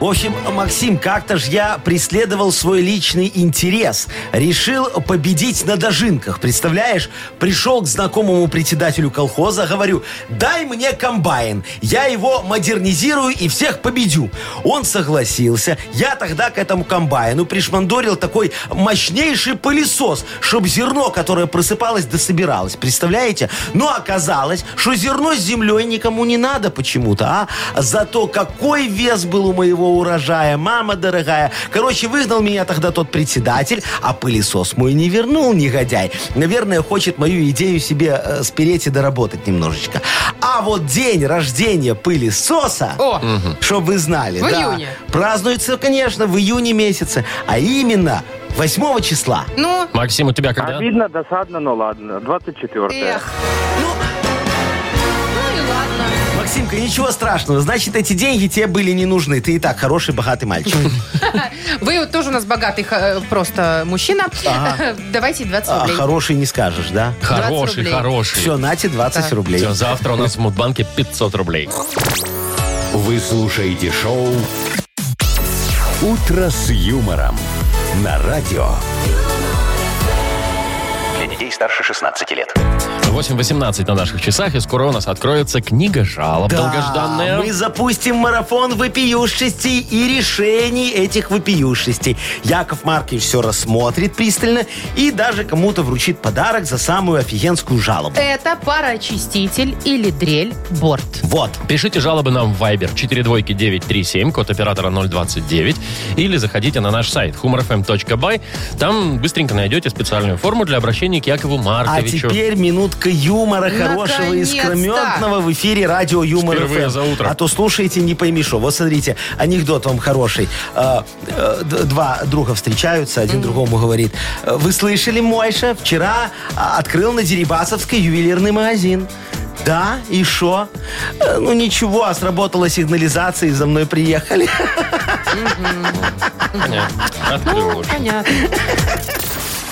S4: В общем, Максим, как-то ж я преследовал свой личный интерес. Решил победить на дожинках, представляешь? Пришел к знакомому председателю колхоза, говорю, дай мне комбайн, я его модернизирую и всех победю. Он согласился. Я тогда к этому комбайну пришмандорил такой мощнейший пылесос, чтобы зерно, которое просыпалось, дособиралось. Представляете? Но оказалось, что зерно с землей никому не надо почему-то, а? Зато какой вес был у моего урожая, мама дорогая. Короче, выгнал меня тогда тот председатель, а пылесос мой не вернул, негодяй. Наверное, хочет мою идею себе э, спереть и доработать немножечко. А вот день рождения пылесоса...
S5: О,
S4: Чтобы вы знали,
S5: В
S4: да.
S5: июне.
S4: Празднуется, конечно, в июне месяце, а именно 8 числа.
S5: ну,
S3: Максим, у тебя когда?
S8: Обидно, досадно, но ладно. 24
S5: эх.
S4: Ну,
S5: Ну и ладно.
S4: Максимка, ничего страшного. Значит, эти деньги тебе были не нужны. Ты и так хороший, богатый мальчик.
S5: Вы вот тоже у нас богатый э, просто мужчина. Давайте 20
S4: А,
S5: рублей.
S4: Хороший не скажешь, да?
S3: Хороший,
S5: рублей.
S3: хороший.
S4: Все, нате 20 рублей.
S3: Все, завтра у нас в Мудбанке 500 рублей.
S2: Вы слушаете шоу Утро с юмором на радио.
S6: Для детей старше 16 лет.
S3: 8.18 на наших часах, и скоро у нас откроется книга жалоб
S4: Да,
S3: долгожданная.
S4: А, Мы запустим марафон вопиюшестей и решений этих вопиюшестей. Яков Маркович все рассмотрит пристально и даже кому-то вручит подарок за самую офигенскую жалобу.
S5: Это пароочиститель или дрель борт.
S4: Вот.
S3: Пишите жалобы нам в Viber 42937, код оператора 029, или заходите на наш сайт humorfm.by. Там быстренько найдете специальную форму для обращения к Якову
S4: А
S3: Марковичу.
S4: теперь минутка юмора хорошего и
S5: Наконец-то!
S4: искрометного в эфире радио Юмор
S3: Впервые
S4: FM.
S3: за утро.
S4: А то слушаете, не пойми что. Вот смотрите, анекдот вам хороший. Э, э, д- Два друга встречаются, один другому говорит. «Э, Вы слышали, Мойша, вчера а, открыл на Дерибасовской ювелирный магазин. Да, и шо? «Э, Ну ничего, а сработала сигнализация, и за мной приехали.
S3: Понятно. Открыл уже.
S5: Понятно.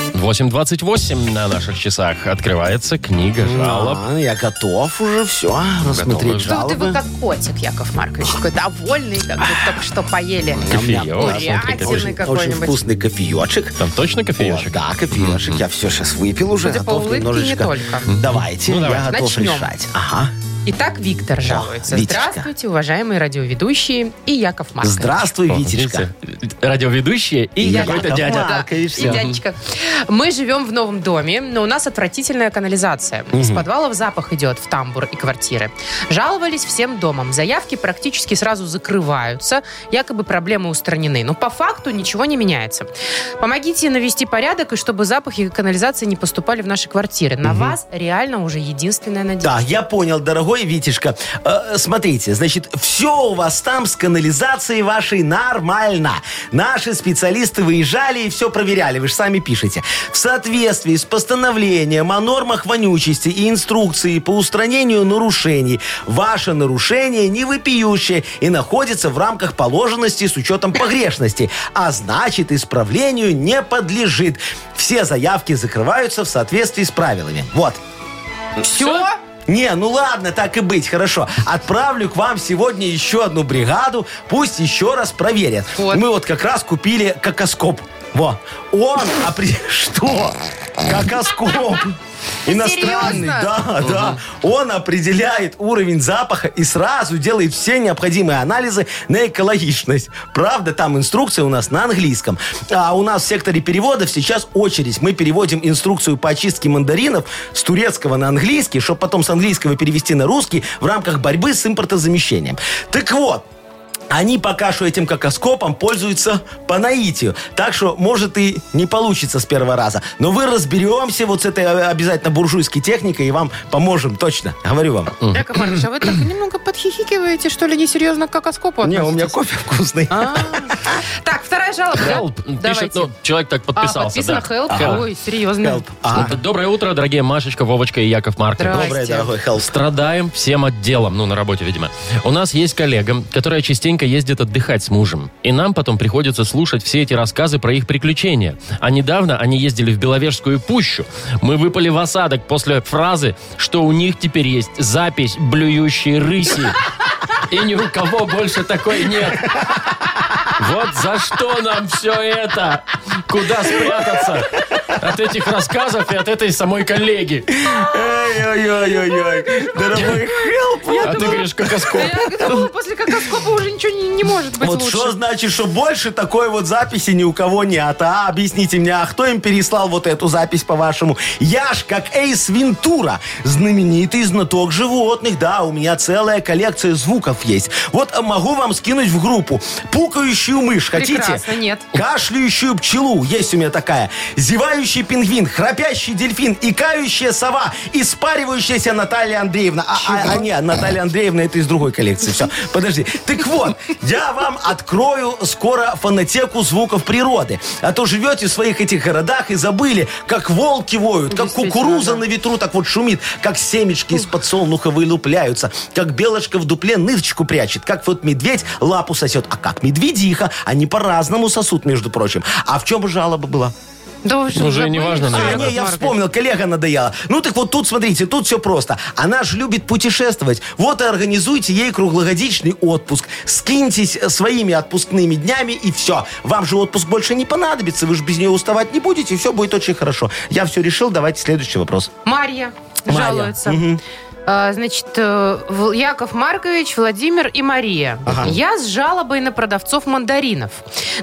S3: 8.28 на наших часах открывается книга жалоб.
S4: А, Я готов уже, все, рассмотреть
S3: уже.
S5: Что ты вы
S4: жалобы.
S5: как котик, Яков Маркович. Такой довольный, как будто только что поели.
S4: Ну,
S3: Кофеек,
S4: Ням-ням.
S3: смотри,
S5: Курятины
S3: какой.
S4: Очень
S5: какой-нибудь.
S4: вкусный кофеечек.
S3: Там точно кофеечек?
S4: О, да, кофеечек. Я все сейчас выпил уже.
S5: Судя по
S4: готов
S5: улыбке, не
S4: немножечко.
S5: только.
S4: Давайте,
S3: Ну,
S4: я
S3: давайте.
S4: готов
S5: Начнем.
S4: решать. Ага.
S5: Итак, Виктор жалуется.
S4: Витечка.
S5: Здравствуйте, уважаемые радиоведущие и Яков Маркович.
S4: Здравствуй,
S3: О,
S4: Витечка.
S3: видите, Радиоведущие и
S4: Я
S3: какой-то
S4: Яков
S3: дядя.
S5: Да, и
S4: Маркович, да.
S5: дядечка. Мы живем в новом доме, но у нас отвратительная канализация. Из подвалов запах идет в тамбур и квартиры. Жаловались всем домом. Заявки практически сразу закрываются. Якобы проблемы устранены. Но по факту ничего не меняется. Помогите навести порядок, и чтобы запахи канализации не поступали в наши квартиры. На вас реально уже единственная надежда.
S4: Да, я понял, дорогой Витишка. Э, смотрите, значит, все у вас там с канализацией вашей нормально. Наши специалисты выезжали и все проверяли, вы же сами пишете. В соответствии с постановлением о нормах вонючести и инструкции по устранению нарушений, ваше нарушение не вопиющее и находится в рамках положенности с учетом погрешности, а значит, исправлению не подлежит. Все заявки закрываются в соответствии с правилами. Вот.
S5: Все?
S4: Не, ну ладно, так и быть, хорошо. Отправлю к вам сегодня еще одну бригаду, пусть еще раз проверят.
S5: Вот.
S4: Мы вот как раз купили кокоскоп. Во. Он, а при... Что? Кокоскоп. Иностранный,
S5: Серьезно?
S4: да, да. Он определяет уровень запаха и сразу делает все необходимые анализы на экологичность. Правда, там инструкция у нас на английском. А у нас в секторе переводов сейчас очередь. Мы переводим инструкцию по очистке мандаринов с турецкого на английский, чтобы потом с английского перевести на русский в рамках борьбы с импортозамещением. Так вот, они пока что этим кокоскопом пользуются по наитию. Так что, может, и не получится с первого раза. Но вы разберемся вот с этой э, обязательно буржуйской техникой и вам поможем, точно. Говорю вам.
S5: Яков Маркович, а вы так немного подхихикиваете, что ли, несерьезно к кокоскопу
S4: Не, у меня
S5: относитесь?
S4: кофе вкусный.
S5: А. Так, вторая жалоба, да?
S3: Help пишет,
S5: Давайте.
S3: ну, человек так подписался.
S5: А, подписано
S3: да.
S5: help?
S3: Help.
S5: Ой, серьезно.
S4: Help. А,
S3: Ну, Доброе утро, дорогие Машечка, Вовочка и Яков Маркович.
S5: Здравствуйте.
S4: доброе, дорогой Хелс.
S3: Страдаем всем отделом, ну, на работе, видимо. У нас есть коллега, которая частенько ездит отдыхать с мужем. И нам потом приходится слушать все эти рассказы про их приключения. А недавно они ездили в Беловежскую пущу. Мы выпали в осадок после фразы, что у них теперь есть запись блюющей рыси. И ни у кого больше такой нет. Вот за что нам все это? Куда спрятаться? От этих рассказов и от этой самой коллеги.
S4: Ой-ой-ой-ой-ой. Дорогой Хелп.
S3: а ты говоришь, как оскол.
S5: Я думала, после кокоскопа уже ничего не, не может быть
S4: Вот
S5: лучше.
S4: что значит, что больше такой вот записи ни у кого нет, а? Объясните мне, а кто им переслал вот эту запись, по-вашему? Я ж как Эйс Вентура, знаменитый знаток животных, да, у меня целая коллекция звуков есть. Вот а, могу вам скинуть в группу. Пукающую мышь, хотите?
S5: Прекрасно, нет.
S4: Кашляющую пчелу, есть у меня такая. Зевающий пингвин, храпящий дельфин, икающая сова, испаривающаяся Наталья Андреевна. А, а- а, не, Наталья Андреевна это из другой коллекции. Все, подожди. Так вот, я вам открою скоро фонотеку звуков природы. А то живете в своих этих городах и забыли, как волки воют, как
S5: Действительно,
S4: кукуруза
S5: да.
S4: на ветру так вот шумит, как семечки из подсолнуха вылупляются, как белочка в дупле нырочку прячет, как вот медведь лапу сосет, а как медведиха. Они по-разному сосут, между прочим. А в чем жалоба была?
S5: Да вы что,
S3: Ну, Уже
S5: забыли,
S3: неважно,
S5: что
S4: А,
S5: ли,
S3: наверное.
S5: Яков
S4: не, я
S5: Маркович?
S4: вспомнил, коллега надоела. Ну так вот тут, смотрите, тут все просто. Она же любит путешествовать. Вот и организуйте ей круглогодичный отпуск. Скиньтесь э, своими отпускными днями и все. Вам же отпуск больше не понадобится, вы же без нее уставать не будете, и все будет очень хорошо. Я все решил, давайте следующий вопрос.
S5: Марья,
S4: Марья,
S5: жалуется. А, Значит, э, В- Яков Маркович, Владимир и Мария. Я с жалобой на продавцов мандаринов.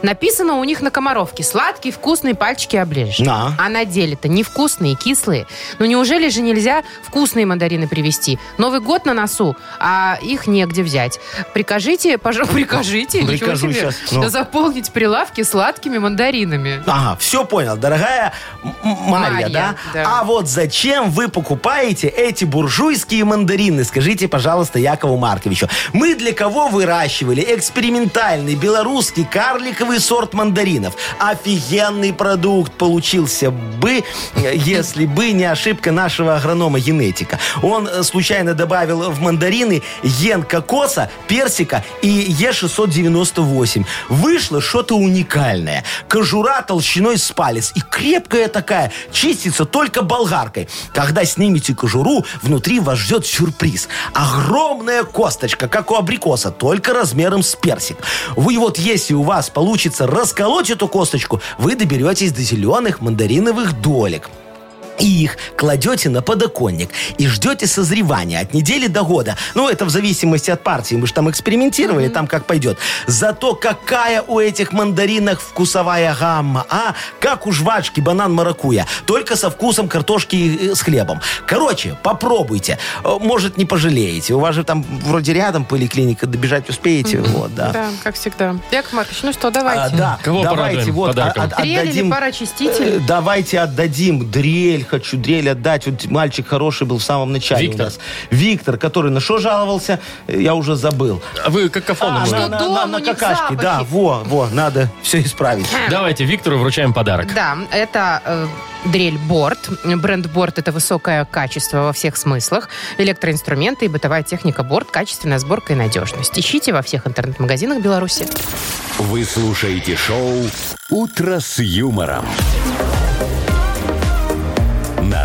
S5: Написано у них на комаровке. Сладкие, вкусные, пальчики оближешь.
S4: Да.
S5: А на деле-то невкусные, кислые. Ну неужели же нельзя вкусные мандарины привезти? Новый год на носу, а их негде взять. Прикажите, пожалуйста, прикажите, ничего
S4: Прикажу
S5: себе,
S4: щас, ну.
S5: заполнить прилавки сладкими мандаринами.
S4: Ага, все понял, дорогая М- М- Марья,
S5: Марья,
S4: да?
S5: да.
S4: А вот зачем вы покупаете эти буржуйские мандарины? Скажите, пожалуйста, Якову Марковичу. Мы для кого выращивали экспериментальный белорусский карликовый сорт мандаринов? Офигенный продукт получился бы, э, если бы не ошибка нашего агронома-генетика. Он э, случайно добавил в мандарины ген кокоса, персика и Е698. Вышло что-то уникальное. Кожура толщиной с палец и крепкая такая, чистится только болгаркой. Когда снимете кожуру, внутри вас ждет сюрприз. Огромная косточка, как у абрикоса, только размером с персик. Вы вот если у вас получится расколоть эту косточку, вы доберетесь до зеленых мандариновых долек. и их кладете на подоконник и ждете созревания от недели до года. Ну, это в зависимости от партии. Мы же там экспериментировали, там как пойдет. Зато какая у этих мандаринок вкусовая гамма, а? Как у жвачки банан маракуя, только со вкусом картошки и, э, с хлебом. Короче, попробуйте. Э, Может, не пожалеете. У вас же там вроде рядом поликлиника, добежать успеете. Вот, да.
S5: Да, как всегда. Яков Маркович, ну что, давайте.
S4: А, да,
S3: Кого
S4: давайте
S3: порадуем
S4: вот а-
S3: подарком?
S4: от-
S5: Дрель или
S4: отдадим- Э,
S5: пароочиститель?
S4: Давайте отдадим дрель, хочу дрель отдать. Вот мальчик хороший был в самом начале
S3: Виктор.
S4: у нас. Виктор, который на что жаловался, э, я уже забыл.
S3: А Вы какофоны.
S4: А,
S3: были.
S5: что? дома у них
S4: какашки,
S5: запахи.
S4: да, во, во, надо все исправить.
S3: Давайте Виктору вручаем подарок.
S5: Да, это э, дрель Борт. Бренд Борт – это высокое качество во всех смыслах. Электроинструменты и бытовая техника Борт – качественная сборка и надежность. Ищите во всех интернет-магазинах Беларуси.
S2: Вы слушаете шоу «Утро с юмором». На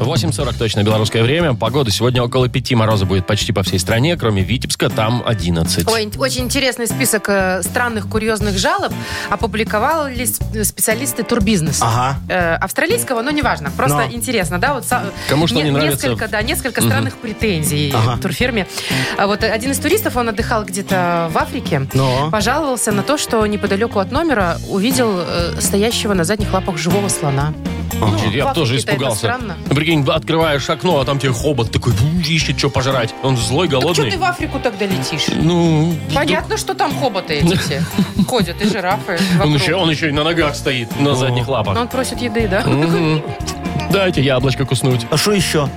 S3: 8.40 точно белорусское время. Погода сегодня около 5 мороза будет почти по всей стране, кроме Витебска, там 11.
S5: Ой, очень интересный список э, странных курьезных жалоб опубликовали с- специалисты турбизнеса.
S4: Ага.
S5: Э, австралийского, но неважно. Просто
S4: Но.
S5: интересно, да? Вот, са-
S3: Кому что не нравится.
S5: Несколько, да, несколько странных претензий к турфирме. А Вот э, один из туристов, он отдыхал где-то в Африке,
S4: Но.
S5: пожаловался на то, что неподалеку от номера увидел э, стоящего на задних лапах живого слона. Ну,
S3: Блин, Я
S5: в Африке-то
S3: тоже
S5: это
S3: испугался.
S5: странно.
S3: Ну, Прикинь, открываешь окно, а там тебе хобот такой бум, ищет, что пожрать. Он злой,
S5: Так что
S3: голодный.
S5: ты в Африку тогда летишь?
S3: Ну,
S5: Понятно, что там хоботы эти все ходят, и жирафы вокруг.
S3: он еще, он еще и на ногах стоит, на задних
S5: Но
S3: лапах.
S5: Ну, он просит еды, да?
S4: Ну.
S3: Мгм. Дайте яблочко куснуть.
S4: А что еще?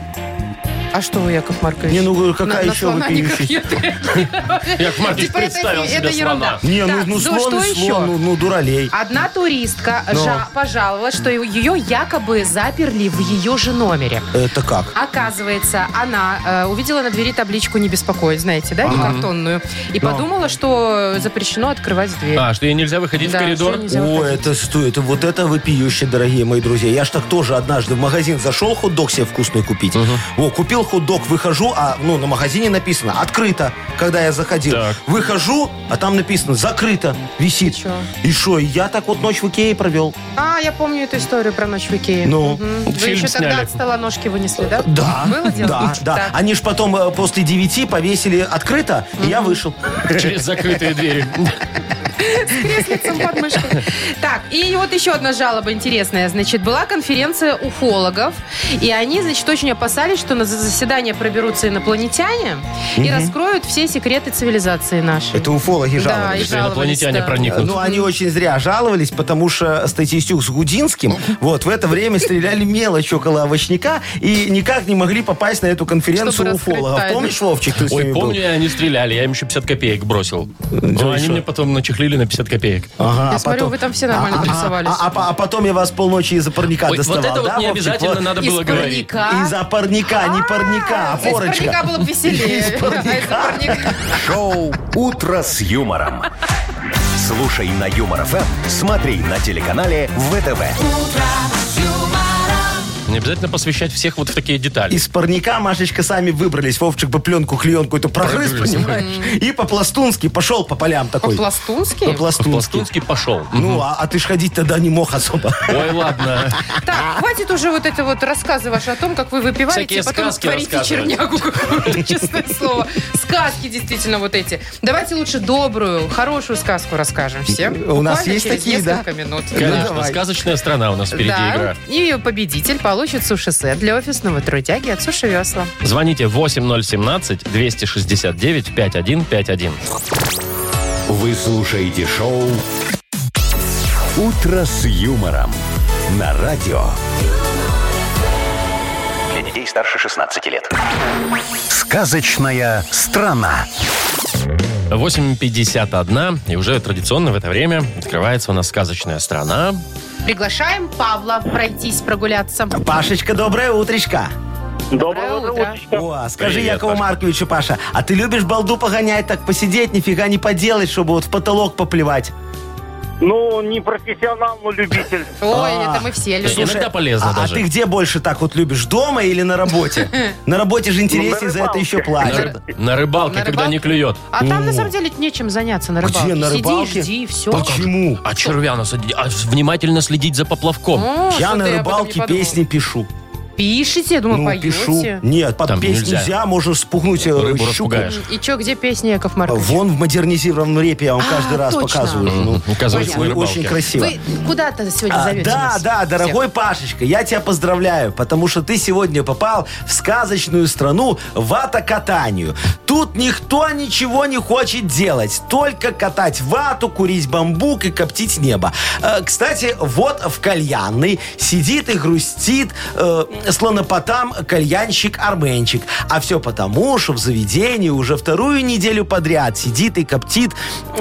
S5: А что вы, Яков Маркович?
S4: Не, ну говорю,
S5: На-
S4: какая
S5: на
S4: еще
S5: слона никак
S4: вопиющая?
S5: нет.
S3: Яков Маркович
S5: Типа это-
S3: представил
S5: это
S3: себя слона.
S5: ерунда.
S4: Не, ну,
S5: Так,
S4: ну
S5: ну,
S4: слон
S5: что
S4: и
S5: еще?
S4: слон, ну, ну, дуралей.
S5: Одна туристка
S4: Ну.
S5: жа- пожаловалась, что ее якобы заперли в ее же номере.
S4: Это как?
S5: Оказывается, она э, увидела на двери табличку «Не беспокоить», знаете, да, не картонную, и
S4: Но.
S5: подумала, что запрещено открывать дверь.
S3: А, что ей нельзя выходить в
S5: Да,
S3: коридор?
S5: что нельзя
S4: О,
S5: выходить.
S4: это что, это вот это вопиюще, дорогие мои друзья. Я ж так тоже однажды в магазин зашел хот-дог себе вкусный купить. О, купил хот-дог, выхожу, а ну на магазине написано открыто, когда я заходил.
S3: Так.
S4: Выхожу, а там написано закрыто, висит.
S5: Чё?
S4: И что, я так вот ночь в Икее провел.
S5: А, я помню эту историю про ночь в Икее.
S4: Ну.
S5: Мгм. Вы
S3: Фильм
S5: еще
S3: сняли.
S5: тогда от стола ножки вынесли, да?
S4: Да.
S5: Было дело?
S4: Да, да.
S5: Так.
S4: Они ж потом э, после девяти повесили открыто, и я вышел.
S3: Через закрытые двери.
S5: креслицем под мышкой. Так, и вот еще одна жалоба интересная. Значит, была конференция уфологов, и они, значит, очень опасались, что на за- заседание проберутся инопланетяне и раскроют все секреты цивилизации нашей.
S4: Это уфологи
S5: Да,
S4: жаловались.
S5: и
S3: Если инопланетяне
S5: да.
S3: проникнут.
S4: Ну, они очень зря жаловались, потому что статистюк с Гудинским вот в это время стреляли мелочь около овощника и никак не могли попасть на эту
S5: Чтобы
S4: конференцию
S5: раскрыть
S4: уфолога.
S5: тайну.
S4: Помнишь, Вовчик, ты с
S3: Ой,
S4: ними был?
S3: помню, они стреляли, я им еще 50 копеек бросил. Но они
S4: еще?
S3: мне потом начехлили на 50 копеек.
S4: Ага,
S5: Я
S4: а
S5: смотрю,
S4: потом-
S5: вы там все нормально
S4: А, а,
S5: нарисовались.
S4: А, а- а потом я вас полночи из-за парника
S3: Ой,
S4: доставал.
S3: вот это вот
S4: да,
S3: не
S4: Вовчик?
S3: обязательно
S4: Вот.
S3: надо
S5: Из
S3: было говорить.
S5: парника.
S4: Из-за парника, не парника, а
S5: А? Из парника
S4: порочка.
S5: было бы веселее.
S4: Из парника.
S5: А из парника-
S2: Шоу «Утро с юмором». Слушай на Юмор ФМ, смотри на телеканале ВТВ.
S3: Не обязательно посвящать всех вот в такие детали.
S4: Из парника, Машечка, сами выбрались. Вовчик бы пленку, клеенку эту прогрыз,
S3: Прогрыз.
S4: понимаешь? И по-пластунски пошел по полям такой.
S5: По-пластунски?
S4: По-пластунски.
S3: Пластунский пошел.
S4: Ну, а, а ты ж ходить тогда не мог особо.
S3: Ой, ладно.
S4: Ну, А?
S5: Так, хватит уже вот это вот рассказы ваши о том, как вы выпиваете,
S3: Всякие
S5: и потом
S3: сказки
S5: творите
S3: рассказывать.
S5: чернягу какую-то, честное слово. Сказки действительно вот эти. Давайте лучше добрую, хорошую сказку расскажем всем.
S4: У нас
S5: Буквально
S4: есть
S5: через
S4: такие, да?
S5: несколько минут.
S3: Конечно,
S4: давай.
S3: сказочная страна у нас впереди
S5: да,
S3: игра.
S5: и победитель получит суши-сет для офисного трудяги от Суши Весла.
S3: Звоните 8017-269-5151.
S2: Вы слушаете шоу «Утро с юмором» на радио.
S6: Для детей старше 16 лет.
S2: Сказочная страна.
S3: 8.51. И уже традиционно в это время открывается у нас сказочная страна.
S5: Приглашаем Павла пройтись, прогуляться.
S4: Пашечка, доброе утречко.
S5: Доброе утро.
S4: О, скажи,
S3: Привет,
S4: Якову
S3: Пашка.
S4: Марковичу, Паша, а ты любишь балду погонять, так посидеть, нифига не поделать, чтобы вот в потолок поплевать?
S9: Ну, не профессионал, но любитель.
S5: Ой,
S4: А.
S5: это мы все любим.
S3: Слушай, Иногда полезно
S4: а,
S3: даже.
S4: А ты где больше так вот любишь, дома или на работе? На работе же интереснее, за это еще платят.
S3: На рыбалке,
S5: А На
S3: когда
S5: рыбалке?
S3: не клюет.
S5: А там, на самом деле, нечем заняться на рыбалке.
S4: Где, на
S5: Сиди
S4: рыбалке?
S5: и жди, все.
S4: Почему?
S3: А червя насадить, а внимательно следить за поплавком.
S5: О,
S4: Я
S5: что-то
S4: на
S5: об этом не
S4: рыбалке
S5: подумала.
S4: песни пишу.
S5: Пишете? Думаю,
S4: Ну,
S5: поете.
S4: пишу. Нет, под
S3: Там
S4: песню
S3: нельзя.
S4: нельзя, можно спугнуть э,
S3: Рыбу
S4: щуку.
S3: распугаешь.
S5: И что, где песни, Яков Маркович?
S4: Вон в модернизированном репе я вам
S5: А,
S4: каждый раз
S5: точно.
S4: показываю. Ну,
S3: Оказывается, на
S4: очень, очень
S3: рыбалке.
S4: красиво.
S5: Вы куда-то сегодня
S4: А,
S5: зовете
S4: да,
S5: нас
S4: да,
S5: всех?
S4: дорогой Пашечка, я тебя поздравляю, потому что ты сегодня попал в сказочную страну вата катанию. Тут никто ничего не хочет делать, только катать вату, курить бамбук и коптить небо. Э, кстати, вот в кальянной сидит и грустит э, слонопотам кальянщик Арменчик. А все потому, что в заведении уже вторую неделю подряд сидит и коптит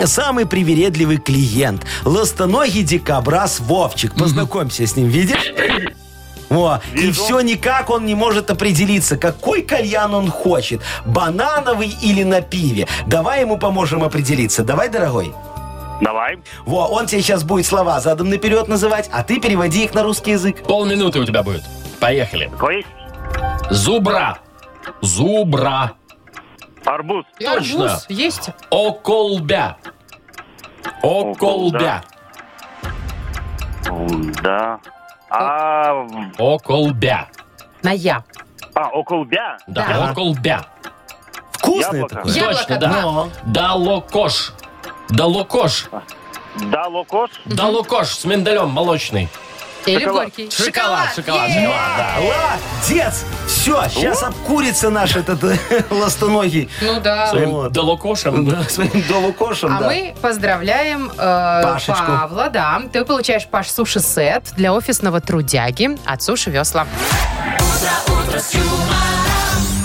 S4: самый привередливый клиент. Ластоногий дикобраз Вовчик. Познакомься с ним, видишь? О, и все никак он не может определиться, какой кальян он хочет, банановый или на пиве. Давай ему поможем определиться. Давай, дорогой.
S9: Давай.
S4: Во, он тебе сейчас будет слова задом наперед называть, а ты переводи их на русский язык.
S3: Полминуты у тебя будет. Поехали.
S9: Какой есть?
S3: Зубра. Зубра.
S9: Арбуз.
S5: И арбуз
S3: Точно.
S5: есть.
S3: Околбя. Околбя.
S9: М, Да. А, в-
S3: Околбя.
S5: На я.
S9: а околбя?
S3: Да,
S5: Да.
S3: околбя.
S4: Вкусное
S9: Яблоко.
S4: такое.
S5: Яблоко,
S3: Точно, да. Далокош. Далокош.
S9: Да, локош?
S3: Далокош с миндалем молочный.
S5: Или горький.
S3: Шоколад, шоколад,
S5: Е-е-е.
S3: шоколад, да.
S4: Молодец! Все, сейчас обкурится наш этот э, ластоногий
S5: Ну да.
S3: Своим
S4: Вот.
S3: далокошем. да.
S4: своим долукошем,
S5: А
S4: да.
S5: мы поздравляем э,
S4: Пашечку.
S5: Павла, да. Ты получаешь Паш суши сет для офисного трудяги от суши весла.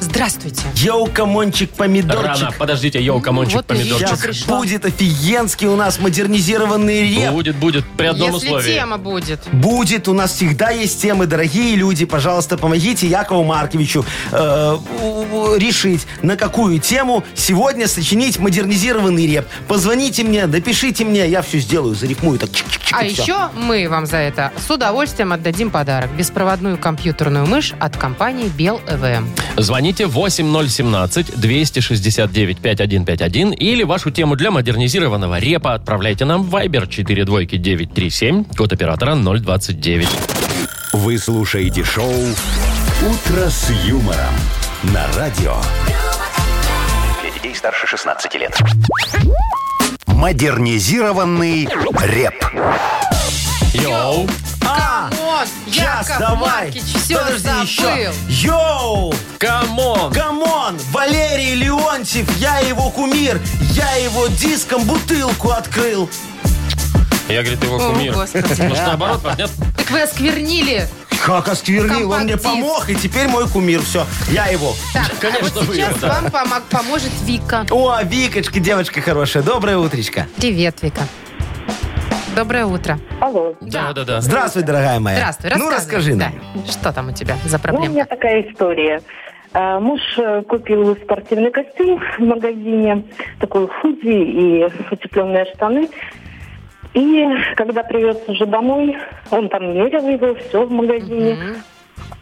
S5: Здравствуйте.
S4: Йоу, камончик, помидорчик.
S3: Рано. Подождите, йоу, камончик,
S5: Вот и
S3: помидорчик.
S5: Сейчас
S4: Сейчас
S5: пришла.
S4: будет офигенский у нас модернизированный реп.
S3: Будет, будет, при одном
S5: Если
S3: условии.
S5: тема будет.
S4: Будет, у нас всегда есть темы, дорогие люди, пожалуйста, помогите Якову Марковичу э, у- у- решить, на какую тему сегодня сочинить модернизированный реп. Позвоните мне, напишите мне, я все сделаю, зарифмую так. чик-чик-чик,
S5: А
S4: и всё.
S5: еще мы вам за это с удовольствием отдадим подарок. Беспроводную компьютерную мышь от компании Бел ЭВМ.
S3: Звоните 8017-269-5151 или вашу тему для модернизированного репа отправляйте нам в Viber 42937, код оператора 029.
S2: Вы слушаете шоу «Утро с юмором» на радио.
S6: Для детей старше 16 лет.
S2: Модернизированный реп.
S3: Йоу!
S4: А,
S5: Вот,
S4: сейчас, давай.
S5: все
S4: Подожди
S5: забыл.
S4: еще. Йоу!
S3: Камон!
S4: Камон! Валерий Леонтьев, я его кумир, я его диском бутылку открыл.
S3: Я, говорит, его
S5: О,
S3: кумир.
S5: Господи.
S3: Может, наоборот, понятно?
S5: Так вы осквернили.
S4: Как осквернил, он мне
S5: Компакт-диск.
S4: помог, и теперь мой кумир, все, я его.
S5: Так,
S3: Конечно,
S5: а вот
S3: вы
S5: сейчас
S3: его, да.
S5: вам помог- поможет Вика.
S4: О, Викочка, девочка хорошая, доброе утречко.
S5: Привет, Вика. Доброе утро.
S10: Алло.
S3: Да, да, да.
S4: Здравствуй, дорогая моя.
S5: Здравствуй,
S4: Ну, расскажи
S5: да.
S4: нам.
S5: Что там у тебя за
S10: Ну, у
S5: проблема?
S10: меня такая история. А, Муж э, купил спортивный костюм в магазине, такой худи и утепленные штаны. И когда привез уже домой, он там мерил его, все в магазине.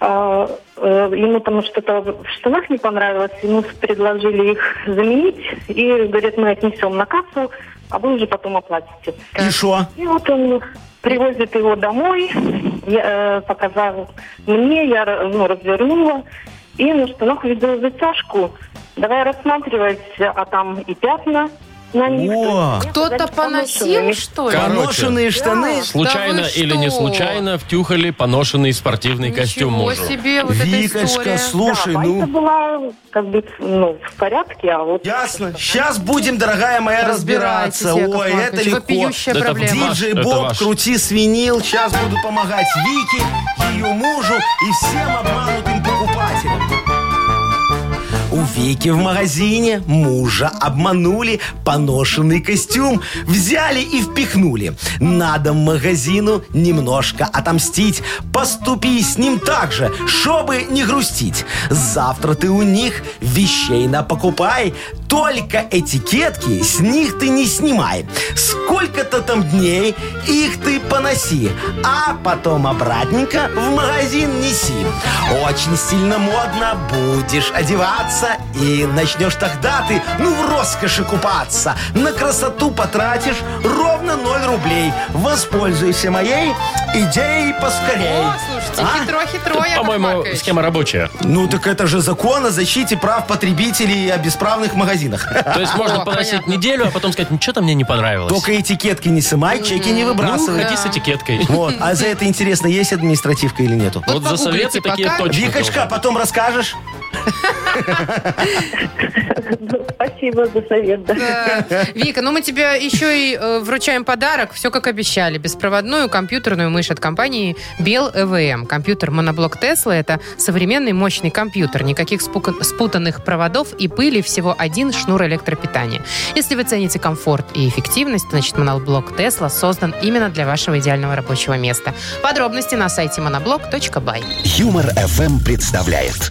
S10: А, э, ему там что-то в штанах не понравилось, ему предложили их заменить. И, говорят, мы отнесем на кассу, а вы уже потом оплатите.
S4: И шо?
S10: И вот он привозит его домой, я, э, показал мне, я ра- ну, развернула, и на штанах увидела затяжку. Давай рассматривать, а там и пятна на них.
S4: О,
S5: Кто-то поносил, что ли?
S3: Короче,
S4: поношенные штаны.
S3: Случайно
S5: Да вы
S3: или не
S5: что?
S3: случайно втюхали поношенный спортивный костюм
S5: Ну, Ничего
S3: мужу.
S5: себе, вот эта
S4: Викочка,
S5: история.
S4: слушай,
S10: да,
S4: ну...
S10: байка была как бы ну, в порядке, а вот...
S4: Ясно. Сейчас будем, дорогая моя,
S5: Разбирайтесь,
S4: разбираться.
S5: Яков
S4: Ой,
S5: Маркович,
S4: это легко.
S5: вопиющая
S3: Да это
S5: проблема.
S3: ваш,
S4: Диджей
S3: это
S4: Боб,
S3: ваш.
S4: крути свинил. Сейчас буду помогать Вике, ее мужу и всем обманутым покупателям. У кофейке в магазине мужа обманули, поношенный костюм взяли и впихнули. Надо магазину немножко отомстить. Поступи с ним так же, чтобы не грустить. Завтра ты у них вещей напокупай, только этикетки с них ты не снимай. Сколько-то там дней их ты поноси, а потом обратненько в магазин неси. Очень сильно модно будешь одеваться, и начнешь тогда ты, ну, в роскоши купаться. На красоту потратишь ровно 0 рублей. Воспользуйся моей идеей поскорей.
S5: О, слушайте,
S4: А?
S5: хитро-хитро, Яков
S3: По-моему,
S5: Маркович.
S3: схема рабочая.
S4: Ну, так это же закон о защите прав потребителей о бесправных магазинах.
S3: То есть можно
S5: О,
S3: поносить
S5: понятно.
S3: неделю, а потом сказать, что-то мне не понравилось.
S4: Только этикетки не сымай, чеки не
S3: Ну,
S4: выбрасывай.
S3: ходи с этикеткой.
S4: Вот, а за это интересно, есть административка или нету?
S3: Вот за
S5: погуглите
S3: советы такие
S5: пока.
S3: точно.
S4: Викочка,
S3: должны.
S4: потом расскажешь?
S10: ну, Спасибо за совет. да.
S5: Да. Вика, ну мы тебе еще и э, вручаем подарок. Все как обещали. Беспроводную компьютерную мышь от компании Bell EVM. Компьютер моноблок Tesla – это современный мощный компьютер. Никаких спука- спутанных проводов и пыли, всего один шнур электропитания. Если вы цените комфорт и эффективность, значит моноблок Tesla создан именно для вашего идеального рабочего места. Подробности на сайте monoblock.by.
S2: Юмор FM представляет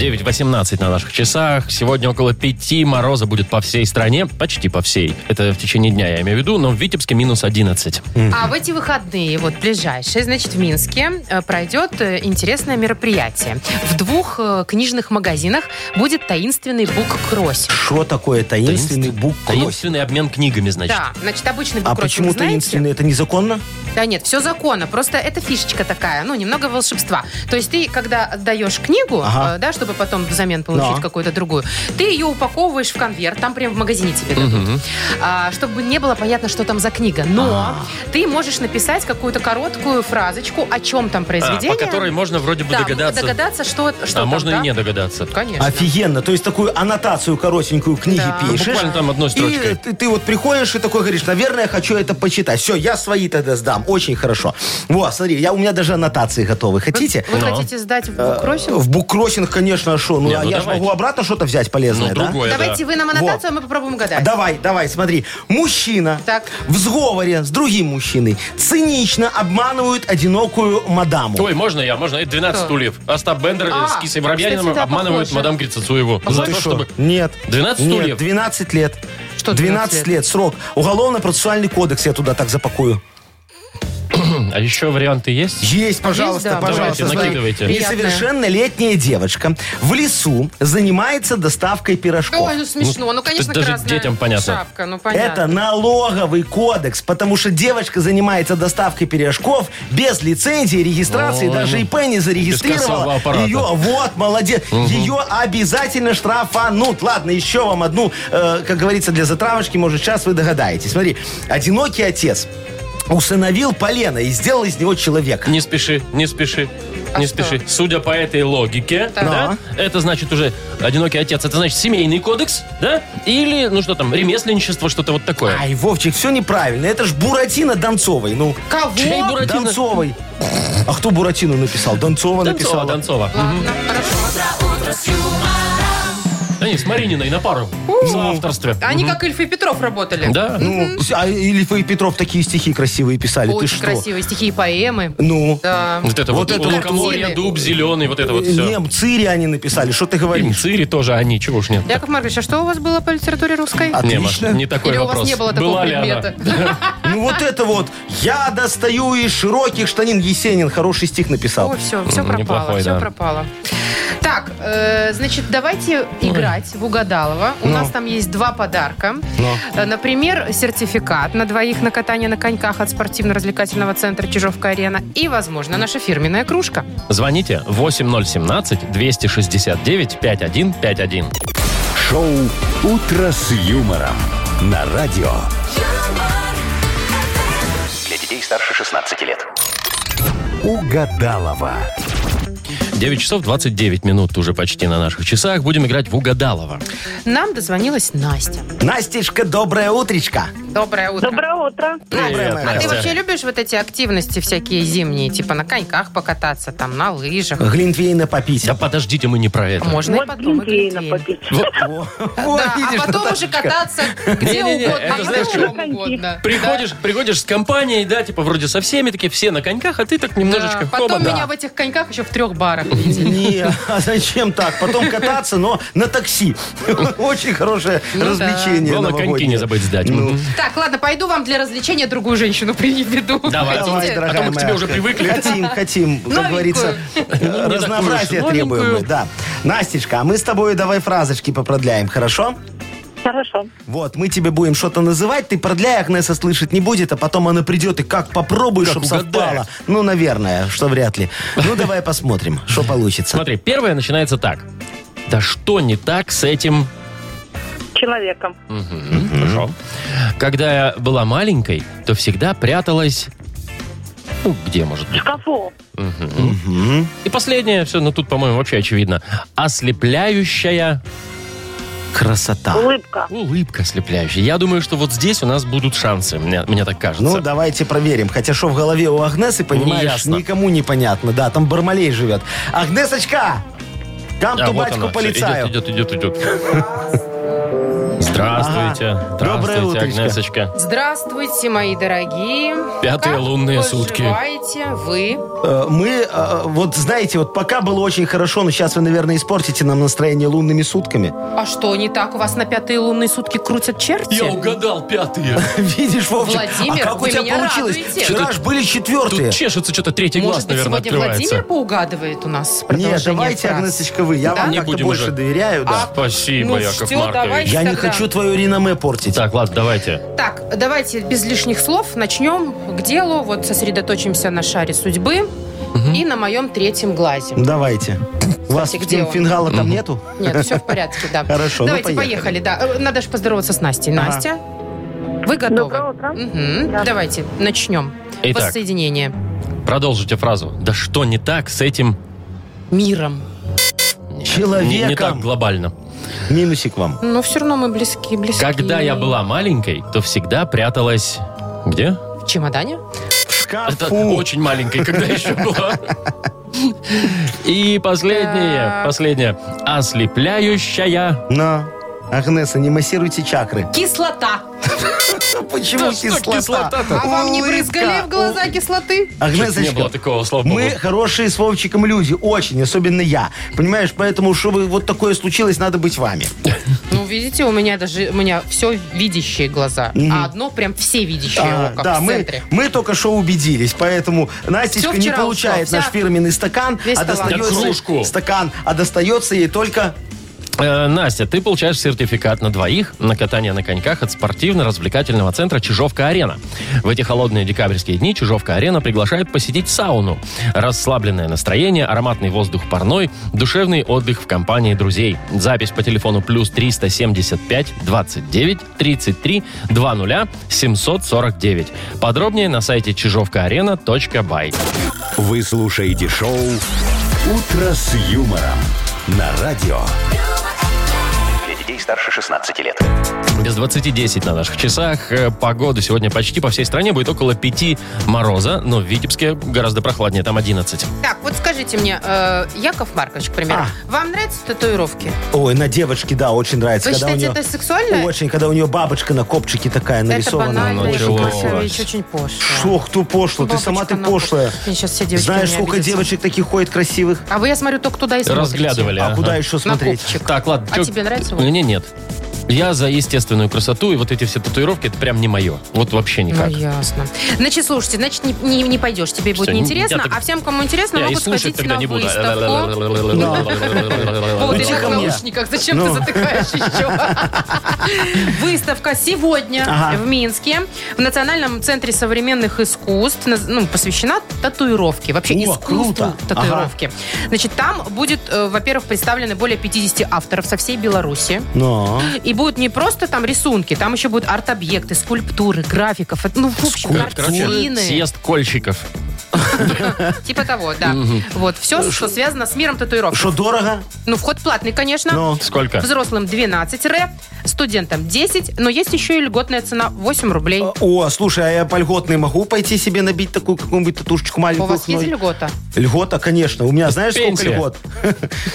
S3: 9.18 на наших часах. Сегодня около 5 мороза будет по всей стране. Почти по всей. Это в течение дня, я имею в виду. Но в Витебске минус 11.
S5: А в эти выходные, вот ближайшие, значит, в Минске э, пройдет э, интересное мероприятие. В двух э, книжных магазинах будет таинственный бук-кросс.
S4: Что такое таинственный бук
S3: Таинственный обмен книгами, значит.
S5: Да, значит, обычный
S4: А
S5: бук-кросс,
S4: почему
S5: вы знаете?
S4: таинственный? Это незаконно?
S5: Да нет, все законно, просто это фишечка такая, ну, немного волшебства. То есть ты, когда отдаешь книгу,
S4: Ага.
S5: э, да, чтобы потом взамен получить
S4: Да.
S5: какую-то другую, ты ее упаковываешь в конверт, там прям в магазине тебе дадут. А, чтобы не было понятно, что там за книга. Но
S3: А.
S5: ты можешь написать какую-то короткую фразочку, о чем там
S3: А,
S5: произведение.
S3: по которой можно вроде бы
S5: Да,
S3: догадаться.
S5: догадаться, что,
S3: а
S5: что там,
S3: можно
S5: да?
S3: и не догадаться.
S5: Конечно.
S4: Офигенно. То есть такую аннотацию коротенькую книги
S5: Да. Ну,
S4: пишешь.
S3: буквально там одной строчкой.
S4: И ты, ты вот приходишь и такой говоришь, наверное, хочу это почитать. Все, я свои тогда сдам. Очень хорошо. Вот, смотри, я, у меня даже аннотации готовы. Хотите?
S5: Вы
S3: Ну.
S5: хотите сдать в буккроссинг?
S4: В буккроссинг, конечно, что? Ну,
S3: Не,
S4: а
S3: ну
S4: я же
S3: давайте.
S4: могу обратно что-то взять полезное,
S3: Ну,
S4: да?
S3: другое, да.
S5: Давайте вы нам аннотацию, а мы попробуем угадать.
S4: Давай, давай, смотри. Мужчина
S5: Так.
S4: в сговоре с другим мужчиной цинично обманывают одинокую мадаму.
S3: Ой, можно я? Можно? Это 12
S5: Кто?
S3: стульев. Остап Бендер э,
S5: А,
S3: с Кисой Воробьянином
S5: кстати, да,
S3: обманывают
S5: похоже.
S3: мадам Грицацуеву.
S4: Ну
S3: За
S4: ты
S3: то,
S4: что?
S3: чтобы...
S4: Нет.
S3: 12
S4: Нет,
S3: стульев?
S4: 12 лет.
S5: Что
S4: 12
S5: 12
S4: лет? срок. Уголовно-процессуальный кодекс я туда так запакую.
S3: А еще варианты есть?
S4: Есть, пожалуйста,
S5: Есть, да,
S3: Давайте,
S4: пожалуйста. смотри.
S3: накидывайте.
S5: Приятное.
S4: Несовершеннолетняя девочка в лесу занимается доставкой пирожков.
S5: Ой, ну смешно. Ну, конечно,
S3: даже
S5: красная
S3: детям понятно.
S5: шапка. Ну,
S4: Это
S5: понятно.
S4: налоговый кодекс, потому что девочка занимается доставкой пирожков без лицензии, регистрации,
S3: Ой, ну,
S4: даже ИП не
S3: кассового
S4: зарегистрировала.
S3: аппарата.
S4: Ее, вот, молодец, ее обязательно штрафанут. Ладно, еще вам одну, э, как говорится, для затравочки, может, сейчас вы догадаетесь. Смотри, одинокий отец усыновил полено и сделал из него человека.
S3: Не спеши, не спеши.
S5: А
S3: не
S5: что?
S3: спеши. Судя по этой логике,
S5: Так.
S3: да, это значит уже одинокий отец, это значит семейный кодекс, да? Или, ну что там, ремесленничество, что-то вот такое.
S4: Ай, Вовчик, все неправильно. Это ж Буратино Донцовой. Ну,
S5: Кого?
S3: Чей Буратино?
S4: Донцовой. А кто Буратино написал? Донцова
S3: Донцова,
S4: написала.
S3: Донцова.
S5: Ладно, хорошо.
S1: утро с юмором,
S3: Да нет, с Марининой на пару. В авторстве.
S5: Они как Ильф и Петров работали.
S3: Да?
S4: Ну, а Ильф и Петров такие стихи красивые писали. Ты
S5: Очень
S4: что?
S5: красивые стихи и поэмы.
S4: Ну,
S5: Да.
S3: Вот это вот,
S4: Вот это
S5: вот.
S3: лукоморье, дуб зеленый, вот это вот все.
S4: не, Цири они написали. Что ты говоришь?
S3: Цири тоже они, чего уж нет.
S5: Яков Маркович, а что у вас было по литературе русской?
S4: А-
S3: Не,
S4: Отлично.
S3: Маш, не такой
S5: Или у
S3: вопрос.
S5: вас не было такого
S3: Была ли она?
S5: предмета?
S4: Ну вот это вот. Я достаю из широких штанин Есенин. Хороший стих написал.
S5: Ой, все, все
S3: М,
S5: пропало,
S3: неплохой,
S5: все
S3: да.
S5: пропало. Так, э, значит, давайте играть в угадалово.
S3: Ну.
S5: У нас там есть два подарка. Э, Например, сертификат на двоих на катание на коньках от спортивно-развлекательного центра Чижовка-Арена и, возможно, наша фирменная кружка.
S3: Звоните 8017-269-5151.
S2: Шоу Утро с юмором на радио.
S1: юмор,
S6: Для детей старше 16 лет.
S2: Угадалова.
S3: 9 часов 29 минут уже почти на наших часах. Будем играть в Угадалова.
S5: Нам дозвонилась Настя.
S4: Настечка, доброе утречко.
S5: Доброе утро.
S7: Доброе утро. утро.
S3: Привет,
S5: А ты
S3: Настя.
S5: вообще любишь вот эти активности всякие зимние, типа на коньках покататься, там, на лыжах?
S4: Глинтвейна попить.
S3: Да подождите, мы не про это.
S5: Можно и
S7: Вот
S5: потом. и
S7: глинтвейна
S5: глинтвейн.
S7: попить.
S4: Во,
S5: Да, а
S4: видишь,
S5: потом уже
S4: Наташечка.
S5: кататься где
S3: Не-не-не,
S5: угодно, А
S3: это
S5: и
S3: знаешь,
S5: на
S3: что?
S5: чем угодно.
S3: Приходишь, приходишь с компанией, да, типа вроде со всеми такие, все на коньках, а ты так немножечко
S5: Да,
S3: хоба.
S5: Потом
S3: Да.
S5: меня в этих коньках еще в трех барах.
S4: Не, а зачем так? Потом кататься, но на такси. Очень хорошее
S5: Ну да.
S4: развлечение.
S3: Главное, коньки не
S4: новогоднее.
S3: забыть сдать.
S4: Ну.
S3: Мгм.
S5: Так, ладно, пойду вам для развлечения другую женщину приведу.
S3: Давай.
S5: Хотите?
S4: Давай, дорогая
S3: А то мы к тебе
S4: моя.
S3: уже привыкли.
S4: Хотим, хотим, как
S5: Новенькую.
S4: говорится,
S3: не такую
S4: разнообразие
S3: уж,
S4: требуем мы,
S3: новенькую.
S4: да. Настечка, а мы с тобой давай фразочки попродляем, хорошо?
S7: Хорошо.
S4: Вот, мы тебе будем что-то называть, ты продляй, Агнеса слышать не будет, а потом она придет и как попробуешь,
S3: Как
S4: чтобы
S3: угадает.
S4: совпало. Ну, наверное, что вряд ли. Ну, давай посмотрим, что получится.
S3: Смотри, первое начинается так. Да что не так с этим?
S7: Человеком.
S3: Хорошо. Когда я была маленькой, то всегда пряталась... Ну, где, может
S7: В
S3: быть.
S7: шкафу.
S3: И последнее, все, ну тут, по-моему, вообще очевидно. Ослепляющая...
S4: Красота. Ну,
S7: Улыбка.
S3: Улыбка ослепляющая. Я думаю, что вот здесь у нас будут шансы, мне, мне так кажется.
S4: Ну, давайте проверим. Хотя что в голове у Агнесы, понимаешь,
S3: Неясно.
S4: никому непонятно. Да, там Бармалей живет. Агнесочка! Там
S3: А,
S4: ту
S3: вот
S4: батьку
S3: она, всё,
S4: полицаю.
S3: Идет, идет, идет, идет. Здравствуйте.
S4: Ага. Доброе
S3: Здравствуйте,
S4: утречко.
S3: Агнесочка.
S5: Здравствуйте, мои дорогие.
S3: Пятые
S5: Как
S3: лунные сутки.
S5: поживаете вы?
S4: Э, Мы, э, вот знаете, вот пока было очень хорошо, но сейчас вы, наверное, испортите нам настроение лунными сутками.
S5: А что не так? У вас на пятые лунные сутки крутят черти?
S3: угадал пятые.
S4: Видишь, Вовчик,
S5: Владимир,
S4: а как у
S5: вы
S4: тебя
S5: меня
S4: получилось?
S5: радуете.
S4: Вчера ж были четвертые.
S3: Тут чешется что-то третий глаз,
S5: Может быть,
S3: наверное,
S5: сегодня Владимир
S3: открывается.
S5: поугадывает у нас
S4: Нет,
S5: продолжение
S4: давайте,
S5: фраз?
S4: Агнесочка, вы. Я
S5: Да?
S4: вам
S5: Не
S4: как-то
S3: будем
S4: больше
S3: уже.
S4: доверяю, да.
S3: Спасибо,
S5: Ну,
S3: Яков
S5: всё,
S3: Маркович.
S5: давайте.
S4: Я не
S5: тогда.
S4: хочу твое реноме портить.
S3: Так, ладно, давайте.
S5: Так, давайте без лишних слов начнем к делу. Вот сосредоточимся на шаре судьбы и на моем третьем глазе.
S4: Давайте. У вас
S5: где
S4: где
S5: он?
S4: фингала там нету?
S5: Нет, все в порядке, да.
S4: Хорошо, ну,
S5: Давайте,
S4: поехали.
S5: поехали. да. Э, Надо же поздороваться с Настей.
S4: Ага.
S5: Настя, вы готовы?
S7: Доброе утро.
S5: Мгм.
S7: Да.
S5: Давайте, начнем.
S3: Итак.
S5: Воссоединение.
S3: Продолжите фразу. Да что не так с этим?
S5: Миром.
S3: Нет, Не, не так
S4: Человеком.
S3: глобально.
S4: Минусик вам.
S5: Но все равно мы близки, близки.
S3: Когда я была маленькой, то всегда пряталась... Где?
S5: В чемодане?
S4: В шкафу.
S3: Это очень маленькой, когда еще была. И последнее,
S5: Так.
S3: последнее. Ослепляющая...
S4: На. Агнеса, не массируйте чакры.
S5: Кислота.
S4: Почему
S3: Да что кислота-то?
S5: А вам не
S4: Улыбка.
S5: брызгали в глаза кислоты?
S3: Чё-то не
S4: Агнесочка,
S3: было такого, слава богу.
S4: мы хорошие с Вовчиком люди, очень, особенно я. Понимаешь, поэтому, чтобы вот такое случилось, надо быть вами.
S5: Ну, видите, у меня даже, у меня все видящие глаза, а одно прям все видящие,
S4: А,
S5: о, как
S4: да,
S5: в
S4: мы,
S5: центре.
S4: мы только что убедились, поэтому Настечка
S5: Всё
S4: не
S5: вчера
S4: получает
S5: ушло,
S4: наш
S5: вся-
S4: фирменный стакан,
S5: весь
S4: а
S5: талант.
S4: достается
S3: Да кружку.
S4: стакан, а достается ей только
S3: Э, Настя, ты получаешь сертификат на двоих на катание на коньках от спортивно-развлекательного центра «Чижовка-арена». В эти холодные декабрьские дни «Чижовка-арена» приглашает посетить сауну. Расслабленное настроение, ароматный воздух парной, душевный отдых в компании друзей. Запись по телефону плюс 375 29 33 20 749. Подробнее на сайте чижовкаарена.бай.
S2: Вы слушаете шоу «Утро с юмором» на радио.
S6: Для детей старше 16 лет.
S3: Без 20.10 на наших часах. Э, Погода сегодня почти по всей стране будет около 5 мороза, но в Витебске гораздо прохладнее, там 11.
S5: Так, вот скажите мне, э, Яков Маркович, к примеру, вам нравятся татуировки?
S4: Ой, на девочке, да, очень нравится.
S5: Вы
S4: А. когда
S5: считаете,
S4: у нее...
S5: это сексуально?
S4: Очень, когда у нее бабочка на копчике такая
S5: Это
S4: нарисована.
S5: банально,
S3: ну,
S5: Яков
S3: чего?
S5: Маркович, очень пошло.
S4: Шох, кто пошло? Ты
S5: Бабочка
S4: сама ты
S5: на
S4: пошлая.
S5: кухне. Сейчас все девочки
S4: Знаешь,
S5: меня
S4: сколько
S5: обидятся.
S4: девочек таких ходит красивых?
S5: А вы, я смотрю, только туда и смотрите.
S3: Разглядывали.
S4: А
S3: ага.
S4: куда еще
S5: На
S4: смотреть?
S5: копчик.
S3: Так, ладно.
S5: А
S3: чё-
S5: тебе нравится вот?
S3: Мне нет. Я за естественную красоту, и вот эти все татуировки, это прям не мое. Вот вообще
S5: Ну,
S3: никак.
S5: ясно. Значит, слушайте, значит, не, не- не пойдешь, тебе
S3: Что,
S5: будет
S3: не-
S5: неинтересно,
S3: я так-
S5: а всем, кому интересно,
S3: Я и
S5: могут
S3: слушать
S5: сходить
S3: тогда
S5: на а
S3: не буду.
S5: выставку. Вот,
S4: Ну,
S5: и
S4: тихо
S5: в
S4: мне.
S5: наушниках. Зачем
S4: Ну.
S5: ты затыкаешь еще? Выставка сегодня
S4: Ага.
S5: в Минске в Национальном центре современных искусств наз- ну, посвящена татуировке. Вообще
S4: О,
S5: искусству
S4: круто.
S5: татуировки. Значит, там будет, э, во-первых, представлены более 50 авторов со всей Беларуси.
S4: Но.
S5: И будут не просто там рисунки, там еще будут арт-объекты, скульптуры, графиков. Ну, в общем,
S3: Короче,
S5: картины.
S3: съезд кольщиков.
S5: Типа того, да. Вот, все, что связано с миром татуировок.
S4: Что дорого?
S5: Ну, вход платный, конечно.
S4: Ну.
S3: Сколько?
S5: Взрослым 12 ре, студентам 10, но есть еще и льготная цена 8 рублей.
S4: О, слушай, а я по льготной могу пойти себе набить такую какую-нибудь татушечку
S5: У
S4: маленькую?
S5: вас есть
S4: хной?
S5: льгота?
S4: Льгота, конечно. У меня знаешь,
S3: Пенсия.
S4: сколько льгот?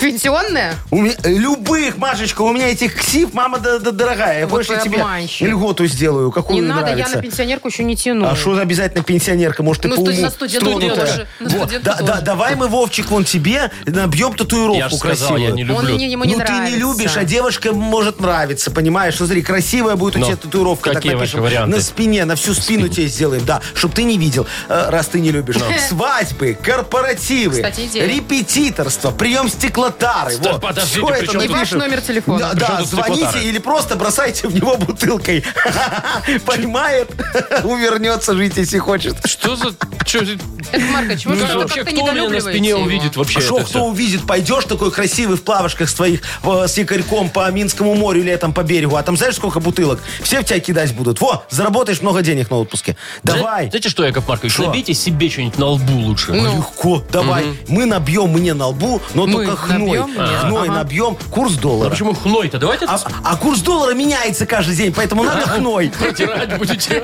S5: Пенсионная?
S4: У меня- э, любых, Машечка, у меня этих ксив, мама да, да, дорогая. Я
S5: Вот
S4: больше
S5: вы
S4: тебе
S5: обманщик.
S4: льготу сделаю, какую
S5: Не надо, я
S4: нравится.
S5: на пенсионерку еще не тяну.
S4: А что обязательно пенсионерка? Может, ты
S5: Ну,
S4: по
S5: студ-
S4: уму
S5: на студенту
S4: тронутая?
S5: тоже, на
S4: Вот,
S5: студенту
S4: да- да-
S5: тоже.
S4: давай мы, Вовчик, вон тебе набьем татуировку
S3: Я же сказал, я
S4: красивую.
S3: не
S5: Он
S3: люблю.
S5: не- ему не
S4: ну,
S5: нравится.
S4: ты не любишь, а девушка может нравиться, понимаешь? Ну, смотри, красивая будет
S3: Но
S4: у тебя татуировка.
S3: какие
S4: так
S3: ваши
S4: напишем.
S3: варианты?
S4: На спине, на всю спину тебе сделаем, да, чтобы ты не видел, э, раз ты не любишь. Свадьбы, корпоративы,
S5: Кстати, идея.
S4: репетиторство, прием стеклотары.
S3: Стоп,
S4: вот,
S3: подождите,
S4: всё
S3: при
S4: это
S3: чём
S5: И
S3: тут-
S5: ваш
S4: напишем.
S5: номер телефона.
S4: Да,
S3: Причем
S4: да,
S3: тут
S4: звоните
S3: стеклотары?
S4: или просто бросайте в него бутылкой. Поймает, увернется жить, если хочет.
S3: Что за... Чё за-
S5: Яков Маркович, вы
S3: Ну,
S5: что,
S3: вообще,
S5: как-то
S3: кто у меня на
S5: недолюбливаете
S3: спине
S5: его.
S3: увидит вообще
S4: Шо,
S3: это
S4: кто
S3: всё?
S4: увидит, пойдешь такой красивый в плавочках своих э, с якорьком по Минскому морю летом по берегу, а там знаешь сколько бутылок? Все в тебя кидать будут. Во, заработаешь много денег на отпуске. Давай.
S3: Знаете что, Яков Маркович,
S4: Что?
S3: набейте себе что-нибудь на лбу лучше.
S4: Легко, давай. Мы набьем мне на лбу, но
S5: Мы
S4: только хной.
S5: набьем? Нет.
S4: Хной
S5: Ага.
S4: набьем, курс
S3: А
S4: доллара.
S3: почему хной-то? Давайте
S4: А, а курс доллара меняется каждый день, поэтому надо хной.
S3: протирать будете.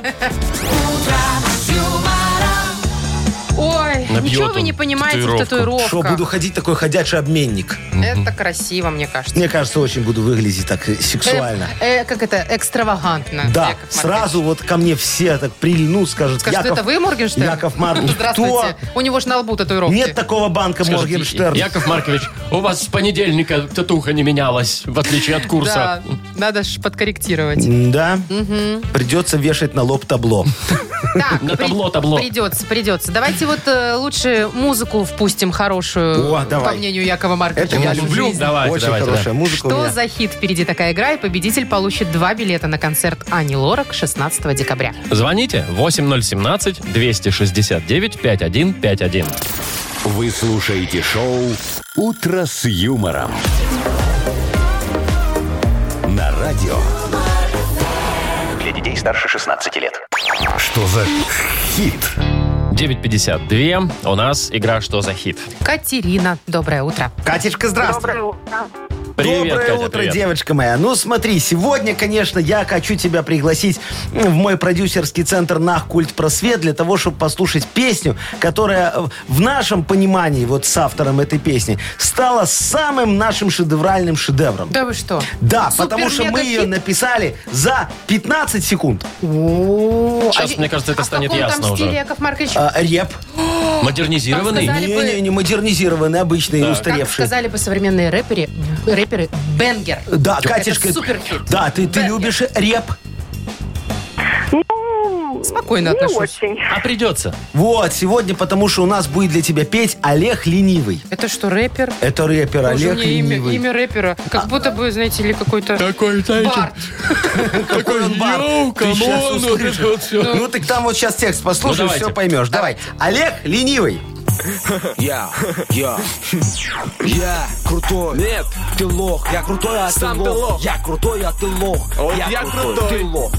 S5: Ой,
S3: Набьет
S5: ничего вы
S3: он
S5: не понимаете в
S3: татуировку.
S4: Что, буду
S5: татуировках.
S4: ходить такой ходячий обменник?
S5: Это красиво, мне кажется.
S4: Мне кажется, очень буду выглядеть так э, сексуально.
S5: Э, э, как это, экстравагантно.
S4: Да,
S5: Яков Маркович.
S4: сразу вот ко мне все так прильнут, скажут,
S5: Скажут,
S4: Яков,
S5: это вы Моргенштерн?
S4: Яков Маркович,
S5: Здравствуйте.
S4: кто?
S5: У него же на лбу татуировки.
S4: Нет такого банка
S3: Скажите,
S4: Моргенштерн.
S3: Яков Маркович, у вас с понедельника татуха не менялась, в отличие от
S5: Да,
S3: курса.
S5: надо же подкорректировать.
S4: Да, придется вешать на лоб табло.
S5: Так,
S3: На
S5: при-
S3: табло, табло.
S5: Придется, придется. Давайте вот э, лучше музыку впустим хорошую,
S4: О, давай.
S5: по мнению Якова Марковича.
S4: Это
S5: в
S4: я
S5: нашу
S4: люблю.
S5: жизнь.
S3: Давайте,
S4: Очень
S3: давайте,
S4: хорошая музыка у
S5: Что
S4: меня.
S5: за хит впереди такая игра? И победитель получит два билета на концерт Ани Лорак 16 декабря.
S3: Звоните 8017-269-5151.
S2: Вы слушаете шоу «Утро с юмором». На радио.
S6: Для детей старше 16 лет.
S2: Что за хит?
S3: 9.52. У нас игра «Что за хит?».
S5: Катерина, доброе утро.
S4: Катечка, здравствуй.
S7: Доброе утро.
S3: Привет,
S4: Доброе
S3: Катя,
S4: утро,
S3: привет.
S4: девочка моя. Ну смотри, сегодня, конечно, я хочу тебя пригласить м, в мой продюсерский центр «Нах Культ Просвет» для того, чтобы послушать песню, которая э, в нашем понимании, вот с автором этой песни, стала самым нашим шедевральным шедевром.
S5: Да вы что?
S4: Да,
S5: Супер
S4: потому что мы ее
S5: мега-хит.
S4: написали за 15 секунд.
S5: О,
S3: Сейчас,
S5: а-
S3: мне кажется, это
S5: а в
S3: станет
S5: каком
S3: ясно
S5: там
S3: уже.
S5: стиле, Яков Маркович?
S4: А, реп.
S3: Модернизированный?
S5: Так
S4: Не,
S5: сказали. бы-
S4: не, не модернизированный, обычный,
S5: как
S4: устаревший.
S5: сказали бы современные рэперы, рэперы бенгер.
S4: Да,
S5: Это
S4: Катюшка,
S5: суперхит.
S4: Да, ты, ты
S5: Бэнгер.
S4: любишь реп.
S7: Ну,
S5: Спокойно
S7: не
S5: отношусь.
S7: очень.
S3: А придется.
S4: Вот, сегодня, потому что у нас будет для тебя петь Олег Ленивый.
S5: Это что, рэпер?
S4: Это рэпер
S5: Боже,
S4: Олег
S5: мне имя,
S4: Ленивый.
S5: имя рэпера. Как будто бы, знаете ли, какой-то...
S3: Такой,
S5: Барт.
S4: Какой он бар.
S3: йоу,
S4: Ты щас
S3: камон, вот
S4: услышишь.
S3: это вот всё.
S4: Ну, так там вот сейчас текст послушай,
S3: Ну, давайте.
S4: все поймешь. Давай. Олег Ленивый.
S11: Я, я, я крутой. Нет, ты лох. Я крутой, а ты
S12: Сам ты
S11: лох.
S12: лох.
S11: Я крутой, а ты лох.
S12: Вот я крутой.
S11: ты лох.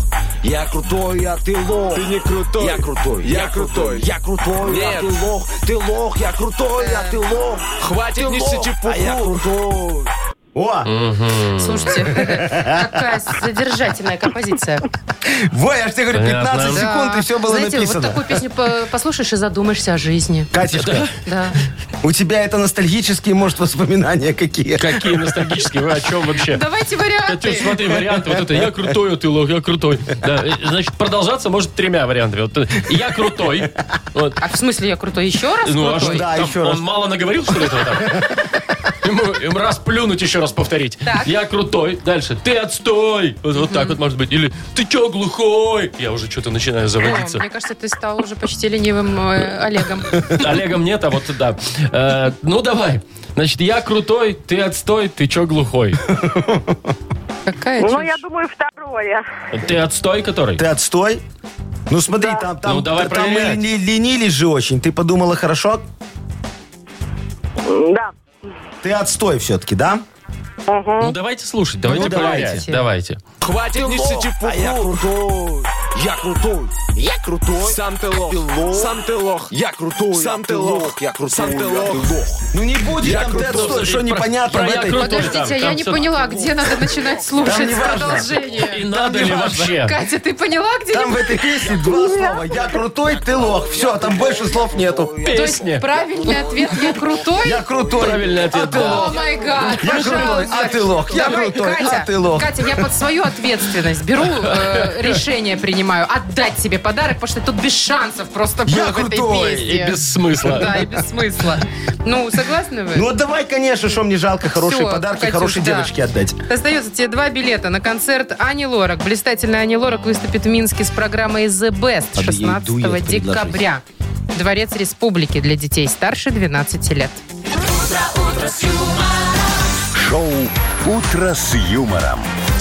S11: Я крутой, а ты лох.
S12: Ты не крутой.
S11: Я крутой,
S12: Я крутой.
S11: Я крутой, а
S12: Нет.
S11: ты лох. Ты лох, я крутой, а ты лох.
S12: Хватит
S11: Ты
S12: нести
S11: лох,
S12: чепуху.
S11: А я крутой.
S4: О,
S5: Слушайте, какая содержательная композиция.
S4: Во, я же тебе говорю,
S3: Понятно.
S4: 15 секунд,
S5: Да.
S4: и все было
S5: Знаете, вот
S4: написано.
S5: такую песню по- послушаешь и задумаешься о жизни.
S4: Катюшка,
S5: Да.
S4: у тебя это ностальгические, может, воспоминания какие?
S3: Какие ностальгические, вы о чем вообще?
S5: Давайте варианты.
S3: Катюш, смотри, варианты вот это. Я крутой, а ты лох, я крутой. Да, э, значит, продолжаться может тремя вариантами. Вот, э, я крутой. Вот.
S5: А в смысле я крутой? Еще раз
S3: Ну, а
S5: крутой?
S3: что,
S4: Да,
S3: там
S4: еще
S3: он
S4: раз.
S3: мало наговорил, что ли, этого там? Ему, ему раз плюнуть, еще раз повторить.
S5: Так.
S3: Я крутой. Дальше. Ты отстой. Вот, вот так вот может быть. Или ты чё глухой? Я уже что-то начинаю
S5: О,
S3: заводиться.
S5: Мне кажется, ты стал уже почти ленивым э, Олегом.
S3: Олегом нет, а вот да. Э, ну, давай. Значит, я крутой, ты отстой, ты чё глухой?
S5: Какая
S7: Ну, я
S5: чушь.
S7: думаю, второе.
S3: Ты отстой, который?
S4: Ты отстой? Ну смотри, там, там,
S3: Ну, давай
S4: там мы
S3: проверять.
S4: лени- ленились же очень. Ты подумала хорошо?
S7: Да.
S4: Ты отстой все-таки, да?
S3: Ну, давайте слушать, давайте
S4: давайте.
S3: проверять. Давайте.
S11: Ты
S12: Хватит нести
S11: лох,
S12: чепуху.
S11: а я крутой. Я крутой. Я крутой. Сам ты лох. Сам ты лох. Я крутой. Сам ты лох. Я крутой. а Сам ты лох.
S4: Ну не будет
S11: Я
S4: там
S11: крутой.
S4: Тед Стоун, что
S11: Про-
S4: непонятно
S11: про
S4: в
S11: я
S4: этой...
S11: крутой.
S5: Подождите, а я не поняла, где надо начинать слушать продолжение.
S3: И надо ли вообще?
S5: Катя, ты поняла, где
S4: Там в этой песне два слова. Я крутой, ты лох. Все, там больше слов нету.
S5: То есть
S3: Песня.
S5: правильный ответ «я крутой»?
S4: Я крутой.
S3: Правильный ответ,
S4: А ты
S3: да.
S5: О
S4: лох.
S5: май гад,
S4: Я крутой,
S5: пожалуйста.
S4: а ты лох. Я
S5: Давай,
S4: крутой,
S5: Катя,
S4: а ты лох.
S5: Катя, я под свою ответственность беру э, решение, принимаю отдать тебе подарок, потому что тут без шансов просто
S4: Я
S5: было в этой
S4: крутой,
S5: песне.
S3: И без смысла.
S5: Да, и без смысла. Ну, согласны вы?
S4: Ну вот давай, конечно, что мне жалко хорошие
S5: Всё,
S4: подарки
S5: Катюш,
S4: хорошей
S5: да.
S4: девочке отдать.
S5: Остается тебе два билета на концерт Ани Лорак. Блистательная Ани Лорак выступит в Минске с программой The Best
S4: Надо ей
S5: 16
S4: дуэт
S5: декабря. Дворец Республики для детей старше 12 лет.
S2: Шоу «Утро с юмором».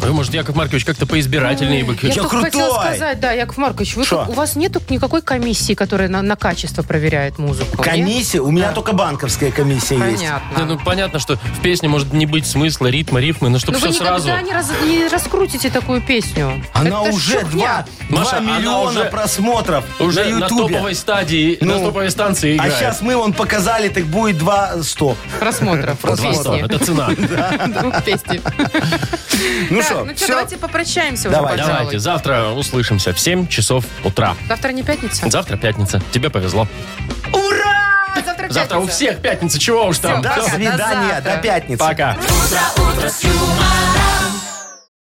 S3: Вы, может, Яков Маркович, как-то поизбирательнее бы...
S5: Я, только
S4: крутой!
S5: хотела сказать, да, Яков Маркович, вы
S4: Шо?
S5: тут- у вас нету никакой комиссии, которая на, на качество проверяет музыку? нет?
S4: Комиссия? У меня только банковская комиссия есть.
S5: Понятно.
S3: Да, ну, понятно, что в песне может не быть смысла, ритма, рифмы, но чтобы
S5: Но Ну, вы
S3: все
S5: никогда
S3: сразу...
S5: не, раз- не раскрутите такую песню.
S4: Она
S5: Это ж
S4: уже
S5: шухня.
S4: 2,
S3: Маша, она
S4: миллиона
S3: уже-
S4: просмотров
S3: Уже
S4: на
S3: на
S4: Ютубе.
S3: топовой стадии, на
S4: Ну,
S3: топовой станции
S4: а
S3: играет.
S4: сейчас мы вон показали, так будет 2 100.
S5: Просмотров.
S3: Два слова.
S5: Песни.
S3: Это цена.
S5: Двух песней.
S4: Ну
S5: Так,
S4: что,
S5: ну что,
S4: все?
S5: давайте попрощаемся уже,
S4: Давай.
S5: пожалуй.
S3: Давайте, завтра услышимся в 7 часов утра.
S5: Завтра не пятница?
S3: Завтра пятница. Тебе повезло.
S5: Ура! А, Завтра
S3: Завтра у
S5: пятница.
S3: всех пятница. Чего уж там.
S5: Всё,
S4: До
S5: Пока, до
S4: свидания,
S5: завтра.
S4: до пятницы.
S3: Пока.
S1: Утро, утро с юмором.